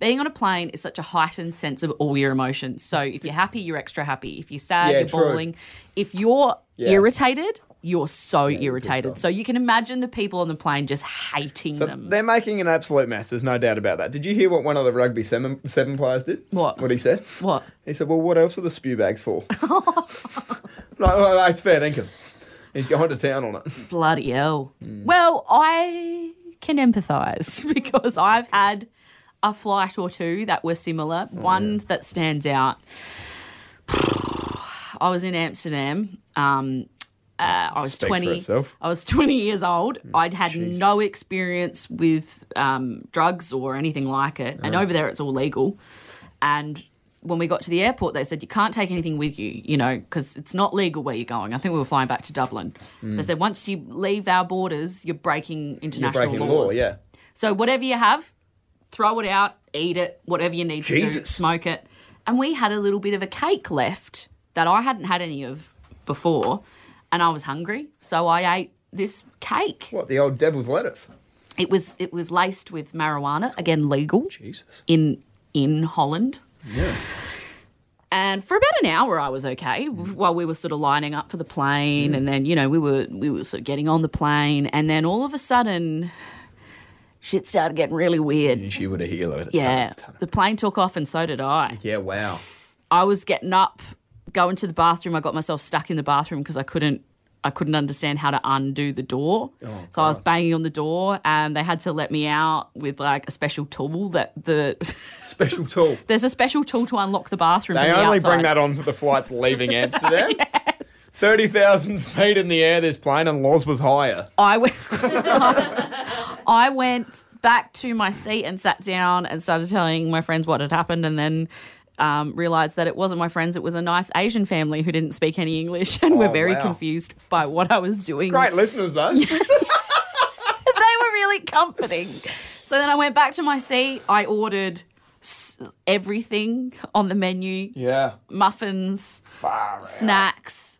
[SPEAKER 4] being on a plane is such a heightened sense of all your emotions. So if you're happy, you're extra happy. If you're sad,
[SPEAKER 3] Yeah,
[SPEAKER 4] you're
[SPEAKER 3] true.
[SPEAKER 4] bawling. If you're
[SPEAKER 3] Yeah.
[SPEAKER 4] irritated, you're so irritated.
[SPEAKER 3] off.
[SPEAKER 4] So you can imagine the people on the plane just hating
[SPEAKER 3] So
[SPEAKER 4] them.
[SPEAKER 3] they're making an absolute mess. There's no doubt about that. Did you hear what one of the rugby seven, seven players did?
[SPEAKER 4] What?
[SPEAKER 3] What he said?
[SPEAKER 4] What?
[SPEAKER 3] He said, "Well, what else are the spew bags [LAUGHS] for?" no, no, that's fair dinkum. He's gone to town on it.
[SPEAKER 4] Bloody hell. Well, I can empathise [LAUGHS] because I've had a flight or two that were similar.
[SPEAKER 3] Oh,
[SPEAKER 4] One that stands out. [SIGHS] I was in Amsterdam. Um, uh, I was
[SPEAKER 3] Speaks for
[SPEAKER 4] twenty.
[SPEAKER 3] itself. Mm,
[SPEAKER 4] I was twenty years old. I'd had no experience with um, drugs or anything like it, and over there it's all legal. And when we got to the airport, they said you can't take anything with you, you know, because it's not legal where you're going. I think we were flying back to Dublin.
[SPEAKER 3] Hmm.
[SPEAKER 4] They said once you leave our borders, you're breaking
[SPEAKER 3] You're
[SPEAKER 4] international
[SPEAKER 3] breaking law.
[SPEAKER 4] laws.
[SPEAKER 3] Yeah.
[SPEAKER 4] So whatever you have, throw it out, eat it, whatever you need to do,
[SPEAKER 3] Jesus.
[SPEAKER 4] smoke it. And we had a little bit of a cake left that I hadn't had any of before, and I was hungry, so I ate this cake.
[SPEAKER 3] What the old devil's lettuce?
[SPEAKER 4] It was it was laced with marijuana, again legal
[SPEAKER 3] Jesus.
[SPEAKER 4] in in Holland. And for about an hour, I was okay while we were sort of lining up for the plane, and then you know we were we were sort of getting on the plane, and then all of a sudden, shit started getting really weird.
[SPEAKER 3] She would have healed it.
[SPEAKER 4] Yeah, the plane took off, and so did I.
[SPEAKER 3] Yeah. Wow.
[SPEAKER 4] I was getting up, going to the bathroom. I got myself stuck in the bathroom because I couldn't. I couldn't understand how to undo the door.
[SPEAKER 3] Oh,
[SPEAKER 4] so I was banging on the door and they had to let me out with like a special tool that the [LAUGHS]
[SPEAKER 3] Special tool.
[SPEAKER 4] there's a special tool to unlock the bathroom.
[SPEAKER 3] They
[SPEAKER 4] from the
[SPEAKER 3] only
[SPEAKER 4] outside.
[SPEAKER 3] bring that on for the flights leaving Amsterdam. 30,000 feet in the air, this plane, and Laws was higher.
[SPEAKER 4] I went, [LAUGHS] I went back to my seat and sat down and started telling my friends what had happened, and then um, realized that it wasn't my friends; it was a nice Asian family who didn't speak any English [LAUGHS] and were
[SPEAKER 3] Oh,
[SPEAKER 4] very
[SPEAKER 3] wow.
[SPEAKER 4] confused by what I was doing.
[SPEAKER 3] Great listeners, though.
[SPEAKER 4] they were really comforting. So then I went back to my seat. I ordered s- everything on the menu:
[SPEAKER 3] yeah.
[SPEAKER 4] muffins, snacks.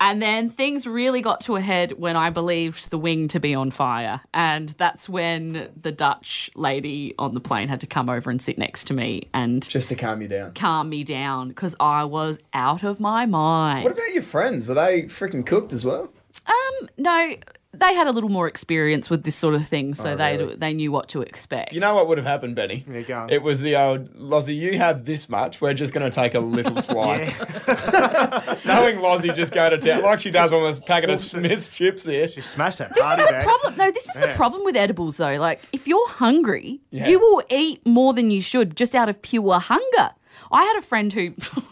[SPEAKER 4] And then things really got to a head when I believed the wing to be on fire. And that's when the Dutch lady on the plane had to come over and sit next to me and
[SPEAKER 3] [LAUGHS] Just to calm you down.
[SPEAKER 4] calm me down because I was out of my mind.
[SPEAKER 3] What about your friends? Were they freaking cooked as well?
[SPEAKER 4] Um, no, they had a little more experience with this sort of thing, so they they knew what to expect.
[SPEAKER 3] Oh, You know what would have happened, Benny? Yeah,
[SPEAKER 5] go on.
[SPEAKER 3] It was the old, Lozzie, you have this much. We're just going to take a little slice. [LAUGHS] Knowing Lozzie just go to town, like she does on this packet of [LAUGHS] Smith's chips here.
[SPEAKER 5] She smashed that
[SPEAKER 4] This
[SPEAKER 5] party
[SPEAKER 4] is the
[SPEAKER 5] bag.
[SPEAKER 4] problem. No, this is the
[SPEAKER 5] Yeah.
[SPEAKER 4] problem with edibles, though. Like, if you're hungry,
[SPEAKER 3] Yeah.
[SPEAKER 4] you will eat more than you should just out of pure hunger. I had a friend who,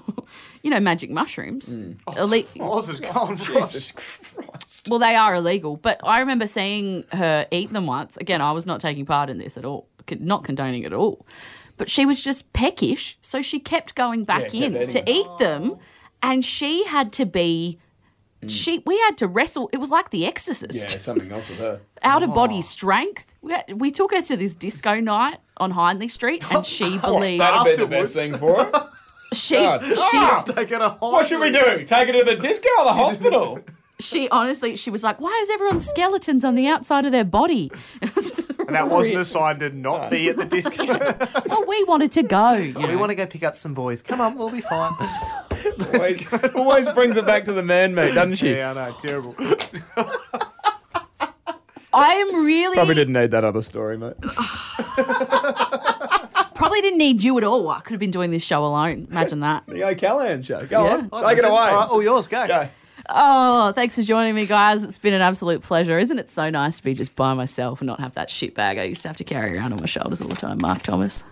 [SPEAKER 4] [LAUGHS] you know, magic mushrooms. Ille-
[SPEAKER 5] Loz has gone for [LAUGHS]
[SPEAKER 3] Jesus Christ.
[SPEAKER 4] well, they are illegal, but I remember seeing her eat them once. Again, I was not taking part in this at all, con- not condoning it at all. But she was just peckish, so she kept going back
[SPEAKER 3] Yeah, kept
[SPEAKER 4] in
[SPEAKER 3] eating
[SPEAKER 4] to
[SPEAKER 3] them.
[SPEAKER 4] eat them, and she had to be. She we had to wrestle. It was like The Exorcist
[SPEAKER 3] Yeah, something else with her.
[SPEAKER 4] out of
[SPEAKER 3] Oh.
[SPEAKER 4] body strength. We, we took her to this disco night on
[SPEAKER 3] [LAUGHS]
[SPEAKER 4] Hindley Street, and she believed
[SPEAKER 3] That'd be the best
[SPEAKER 5] Afterwards.
[SPEAKER 3] thing for her.
[SPEAKER 4] she
[SPEAKER 3] God.
[SPEAKER 4] she
[SPEAKER 5] Take it a
[SPEAKER 3] What should we
[SPEAKER 5] [LAUGHS]
[SPEAKER 3] do? Take her to the disco or the hospital?
[SPEAKER 4] she honestly she was like, "Why is everyone skeletons on the outside of their body?" It was
[SPEAKER 5] And that wasn't a sign to not be at the disco.
[SPEAKER 4] Well, we wanted to go.
[SPEAKER 3] [LAUGHS]
[SPEAKER 4] You know.
[SPEAKER 5] we want to go pick up some boys. Come on, we'll be fine.
[SPEAKER 3] Always, always brings it back to the man meat, doesn't she?
[SPEAKER 5] yeah, I know, terrible.
[SPEAKER 4] I am really
[SPEAKER 3] Probably didn't need that other story, mate.
[SPEAKER 4] probably didn't need you at all. I could have been doing this show alone. Imagine that.
[SPEAKER 3] The O'Callaghan show. Go
[SPEAKER 4] Yeah.
[SPEAKER 3] on, take it away.
[SPEAKER 5] All, right, all yours, go. [LAUGHS]
[SPEAKER 3] Go.
[SPEAKER 4] Oh, thanks for joining me, guys. It's been an absolute pleasure. Isn't it so nice to be just by myself and not have that shit bag I used to have to carry around on my shoulders all the time, Mark Thomas?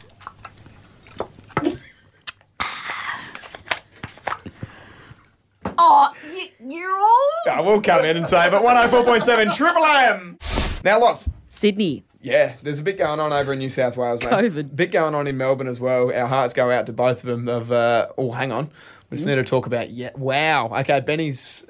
[SPEAKER 4] oh, you, you're all
[SPEAKER 3] Yeah, we'll come in and save it. 104.7 Triple M. Now, Loss.
[SPEAKER 4] Sydney.
[SPEAKER 3] Yeah, there's a bit going on over in New South Wales, mate.
[SPEAKER 4] COVID.
[SPEAKER 3] Bit going on in Melbourne as well. Our hearts go out to both of them. Of uh, oh, hang on, we
[SPEAKER 4] Mm.
[SPEAKER 3] just need to talk about. Yeah, wow. Okay, Benny's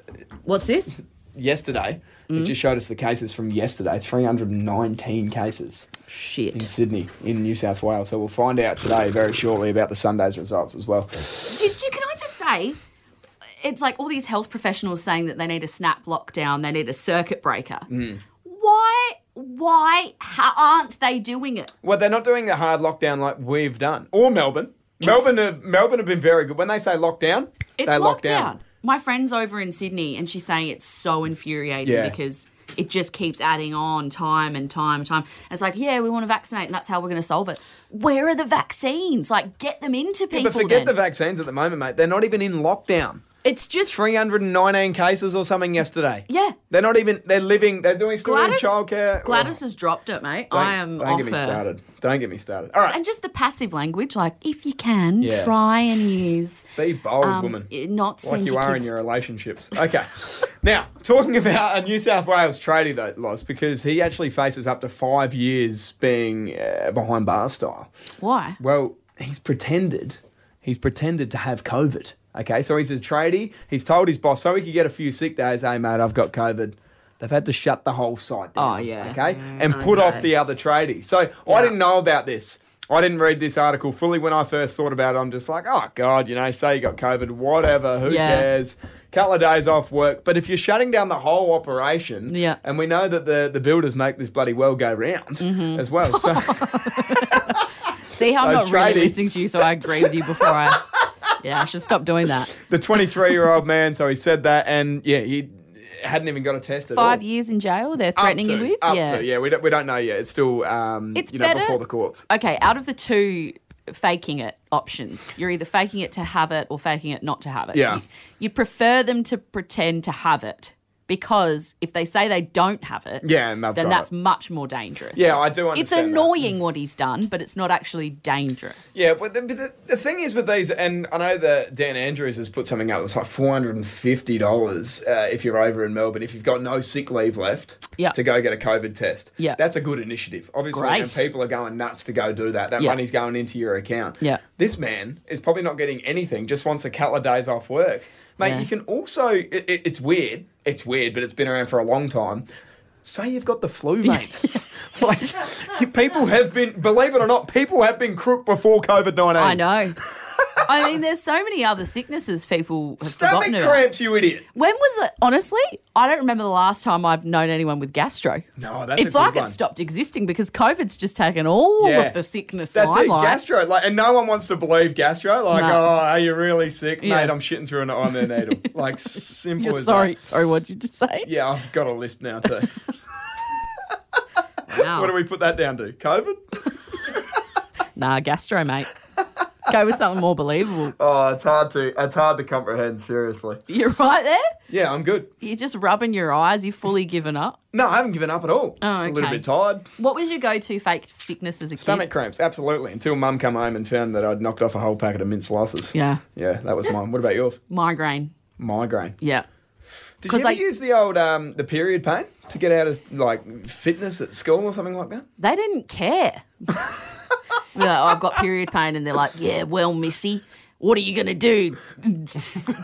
[SPEAKER 4] What's this?
[SPEAKER 3] yesterday.
[SPEAKER 4] Mm.
[SPEAKER 3] It just showed us the cases from yesterday. 319 cases in
[SPEAKER 4] Shit.
[SPEAKER 3] Sydney, in New South Wales. So we'll find out today very shortly about the Sunday's results as well.
[SPEAKER 7] Do, do, can I just say, it's like all these health professionals saying that they need a snap lockdown, they need a circuit breaker. Why? Why ha- aren't they doing it?
[SPEAKER 3] Well, they're not doing the hard lockdown like we've done, or Melbourne. Melbourne, have, Melbourne have been very good. When they say lockdown,
[SPEAKER 7] It's
[SPEAKER 3] they lock
[SPEAKER 7] locked
[SPEAKER 3] down.
[SPEAKER 7] down. My friend's over in Sydney, and she's saying it's so infuriating
[SPEAKER 3] Yeah.
[SPEAKER 7] because it just keeps adding on time and time and time. And it's like, yeah, we want to vaccinate, and that's how we're going to solve it. Where are the vaccines? Like, get them into people.
[SPEAKER 3] But forget
[SPEAKER 7] then.
[SPEAKER 3] the vaccines at the moment, mate. They're not even in lockdown.
[SPEAKER 7] It's just
[SPEAKER 3] 319 cases or something yesterday.
[SPEAKER 7] Yeah.
[SPEAKER 3] They're not even, they're living, they're doing still
[SPEAKER 7] Gladys.
[SPEAKER 3] in childcare.
[SPEAKER 7] Gladys
[SPEAKER 3] Oh,
[SPEAKER 7] has dropped it, mate.
[SPEAKER 3] don't,
[SPEAKER 7] I am.
[SPEAKER 3] Don't
[SPEAKER 7] off
[SPEAKER 3] get me
[SPEAKER 7] her.
[SPEAKER 3] started. Don't get me started. All
[SPEAKER 7] And
[SPEAKER 3] right.
[SPEAKER 7] just the passive language, like if you can,
[SPEAKER 3] Yeah.
[SPEAKER 7] try and use
[SPEAKER 3] Be bold,
[SPEAKER 7] um,
[SPEAKER 3] woman.
[SPEAKER 7] i- not
[SPEAKER 3] like
[SPEAKER 7] send
[SPEAKER 3] you
[SPEAKER 7] your
[SPEAKER 3] are in
[SPEAKER 7] kids
[SPEAKER 3] your
[SPEAKER 7] to-
[SPEAKER 3] relationships. Okay. now, talking about a New South Wales tradie, though, Loz, because he actually faces up to five years being uh, behind bar style.
[SPEAKER 7] Why?
[SPEAKER 3] Well, he's pretended. He's pretended to have COVID. Okay, so he's a tradie. He's told his boss so he could get a few sick days. Hey, mate, I've got COVID. They've had to shut the whole site
[SPEAKER 7] Oh,
[SPEAKER 3] down.
[SPEAKER 7] yeah.
[SPEAKER 3] Okay, and put off the other tradie. So I didn't know about this. I didn't read this article fully when I first thought about it. I'm just like, oh god, you know, say you got COVID, whatever, who
[SPEAKER 4] Yeah.
[SPEAKER 3] cares? Couple of days off work, but if you're shutting down the whole operation,
[SPEAKER 4] Yeah.
[SPEAKER 3] and we know that the, the builders make this bloody well go round as well. So
[SPEAKER 4] See how I'm
[SPEAKER 3] Those
[SPEAKER 4] not really
[SPEAKER 3] tradies.
[SPEAKER 4] listening to you, so I agree with you
[SPEAKER 7] [LAUGHS]
[SPEAKER 4] before I. Yeah, I should stop doing that.
[SPEAKER 3] the 23 year old man. So he said that, and yeah, he hadn't even got a test at
[SPEAKER 4] Five
[SPEAKER 3] all.
[SPEAKER 4] years in jail, they're
[SPEAKER 3] Up
[SPEAKER 4] threatening
[SPEAKER 3] to,
[SPEAKER 4] you with?
[SPEAKER 3] Up to, yeah. We don't, we don't know yet. It's still, um,
[SPEAKER 4] It's
[SPEAKER 3] you know,
[SPEAKER 4] better-
[SPEAKER 3] before the courts.
[SPEAKER 4] okay, out of the two faking it options, you're either faking it to have it or faking it not to have it.
[SPEAKER 3] Yeah.
[SPEAKER 4] You, you prefer them to pretend to have it because if they say they don't have it,
[SPEAKER 3] Yeah, and they've
[SPEAKER 4] then
[SPEAKER 3] got
[SPEAKER 4] that's
[SPEAKER 3] it.
[SPEAKER 4] much more dangerous.
[SPEAKER 3] Yeah, I do
[SPEAKER 4] It's
[SPEAKER 3] understand. that.
[SPEAKER 4] annoying what he's done, but it's not actually dangerous.
[SPEAKER 3] Yeah, but the, but the, the thing is with these, and I know that Dan Andrews has put something up that's like four hundred and fifty dollars uh, if you're over in Melbourne if you've got no sick leave left
[SPEAKER 4] Yeah.
[SPEAKER 3] to go get a COVID test.
[SPEAKER 4] Yeah.
[SPEAKER 3] that's a good initiative, obviously,
[SPEAKER 4] Great.
[SPEAKER 3] and people are going nuts to go do that. That
[SPEAKER 4] Yeah.
[SPEAKER 3] money's going into your account.
[SPEAKER 4] Yeah.
[SPEAKER 3] this man is probably not getting anything. Just wants a couple of days off work, mate.
[SPEAKER 4] Yeah.
[SPEAKER 3] You can also it, it, it's weird, it's weird, but it's been around for a long time. Say you've got the
[SPEAKER 4] [LAUGHS]
[SPEAKER 3] flu, mate. [LAUGHS] like you- people have been, believe it or not, people have been crook before COVID nineteen.
[SPEAKER 4] I know. I mean, there's so many other sicknesses people have
[SPEAKER 3] Stomach
[SPEAKER 4] forgotten about.
[SPEAKER 3] cramps, you idiot.
[SPEAKER 4] When was it? Honestly, I don't remember the last time I've known anyone with gastro.
[SPEAKER 3] No, that's
[SPEAKER 4] It's like it stopped existing because COVID's just taken all
[SPEAKER 3] Yeah.
[SPEAKER 4] of the sickness
[SPEAKER 3] That's it,
[SPEAKER 4] limelight.
[SPEAKER 3] gastro. Like, and no one wants to believe gastro. Like,
[SPEAKER 4] No.
[SPEAKER 3] oh, are you really sick,
[SPEAKER 4] Yeah.
[SPEAKER 3] mate? I'm shitting through an eye and a
[SPEAKER 4] [LAUGHS]
[SPEAKER 3] needle. like, simple
[SPEAKER 4] [LAUGHS] You're
[SPEAKER 3] as
[SPEAKER 4] sorry.
[SPEAKER 3] that.
[SPEAKER 4] Sorry, what did you just say?
[SPEAKER 3] Yeah, I've got a lisp now
[SPEAKER 4] [LAUGHS]
[SPEAKER 3] too.
[SPEAKER 4] Wow. Oh.
[SPEAKER 3] what do we put that down to? COVID?
[SPEAKER 4] Nah, gastro, mate. Go with something
[SPEAKER 3] [LAUGHS]
[SPEAKER 4] more believable.
[SPEAKER 3] Oh, it's hard to it's hard to comprehend. Seriously.
[SPEAKER 4] You're right there.
[SPEAKER 3] Yeah, I'm good.
[SPEAKER 4] You're just rubbing your eyes. You've fully given up.
[SPEAKER 3] No, I haven't given up at all.
[SPEAKER 4] Oh,
[SPEAKER 3] Just a little
[SPEAKER 4] okay.
[SPEAKER 3] bit tired.
[SPEAKER 4] What was your go-to fake sickness as a
[SPEAKER 3] Stomach
[SPEAKER 4] kid?
[SPEAKER 3] cramps, absolutely. Until Mum come home and found that I'd knocked off a whole packet of mint slices.
[SPEAKER 4] Yeah,
[SPEAKER 3] Yeah, that was mine. What about yours?
[SPEAKER 4] migraine.
[SPEAKER 3] Migraine.
[SPEAKER 4] Yeah.
[SPEAKER 3] Did
[SPEAKER 4] 'Cause
[SPEAKER 3] you ever
[SPEAKER 4] I-
[SPEAKER 3] use the old um, the period pain to get out of like fitness at school or something like that?
[SPEAKER 4] they didn't care. They're like, oh, I've got period pain, and they're like, yeah, well, Missy, what are you gonna do?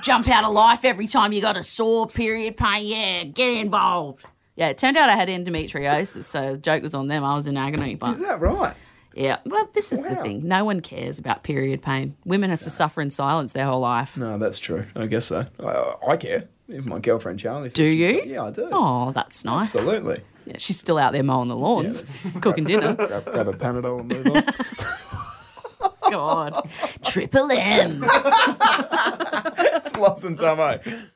[SPEAKER 4] Jump out of life every time you got a sore period pain? Yeah, get involved. Yeah, it turned out I had endometriosis, so the joke was on them. I was in agony, but
[SPEAKER 3] Is that right?
[SPEAKER 4] Yeah. Well, this is the
[SPEAKER 3] Wow.
[SPEAKER 4] thing. No one cares about period pain. Women have to suffer in silence their whole life.
[SPEAKER 3] No, that's true. I guess so. I, I care. Even my girlfriend Charlie. says
[SPEAKER 4] Do
[SPEAKER 3] she's
[SPEAKER 4] you?
[SPEAKER 3] got- yeah, I do.
[SPEAKER 4] Oh, that's nice.
[SPEAKER 3] Absolutely.
[SPEAKER 4] Yeah, she's still out there mowing the lawns, [LAUGHS]
[SPEAKER 3] [LAUGHS]
[SPEAKER 4] cooking dinner.
[SPEAKER 3] grab, grab a Panadol and move on.
[SPEAKER 4] God. Triple M.
[SPEAKER 3] it's Loves and Tomo.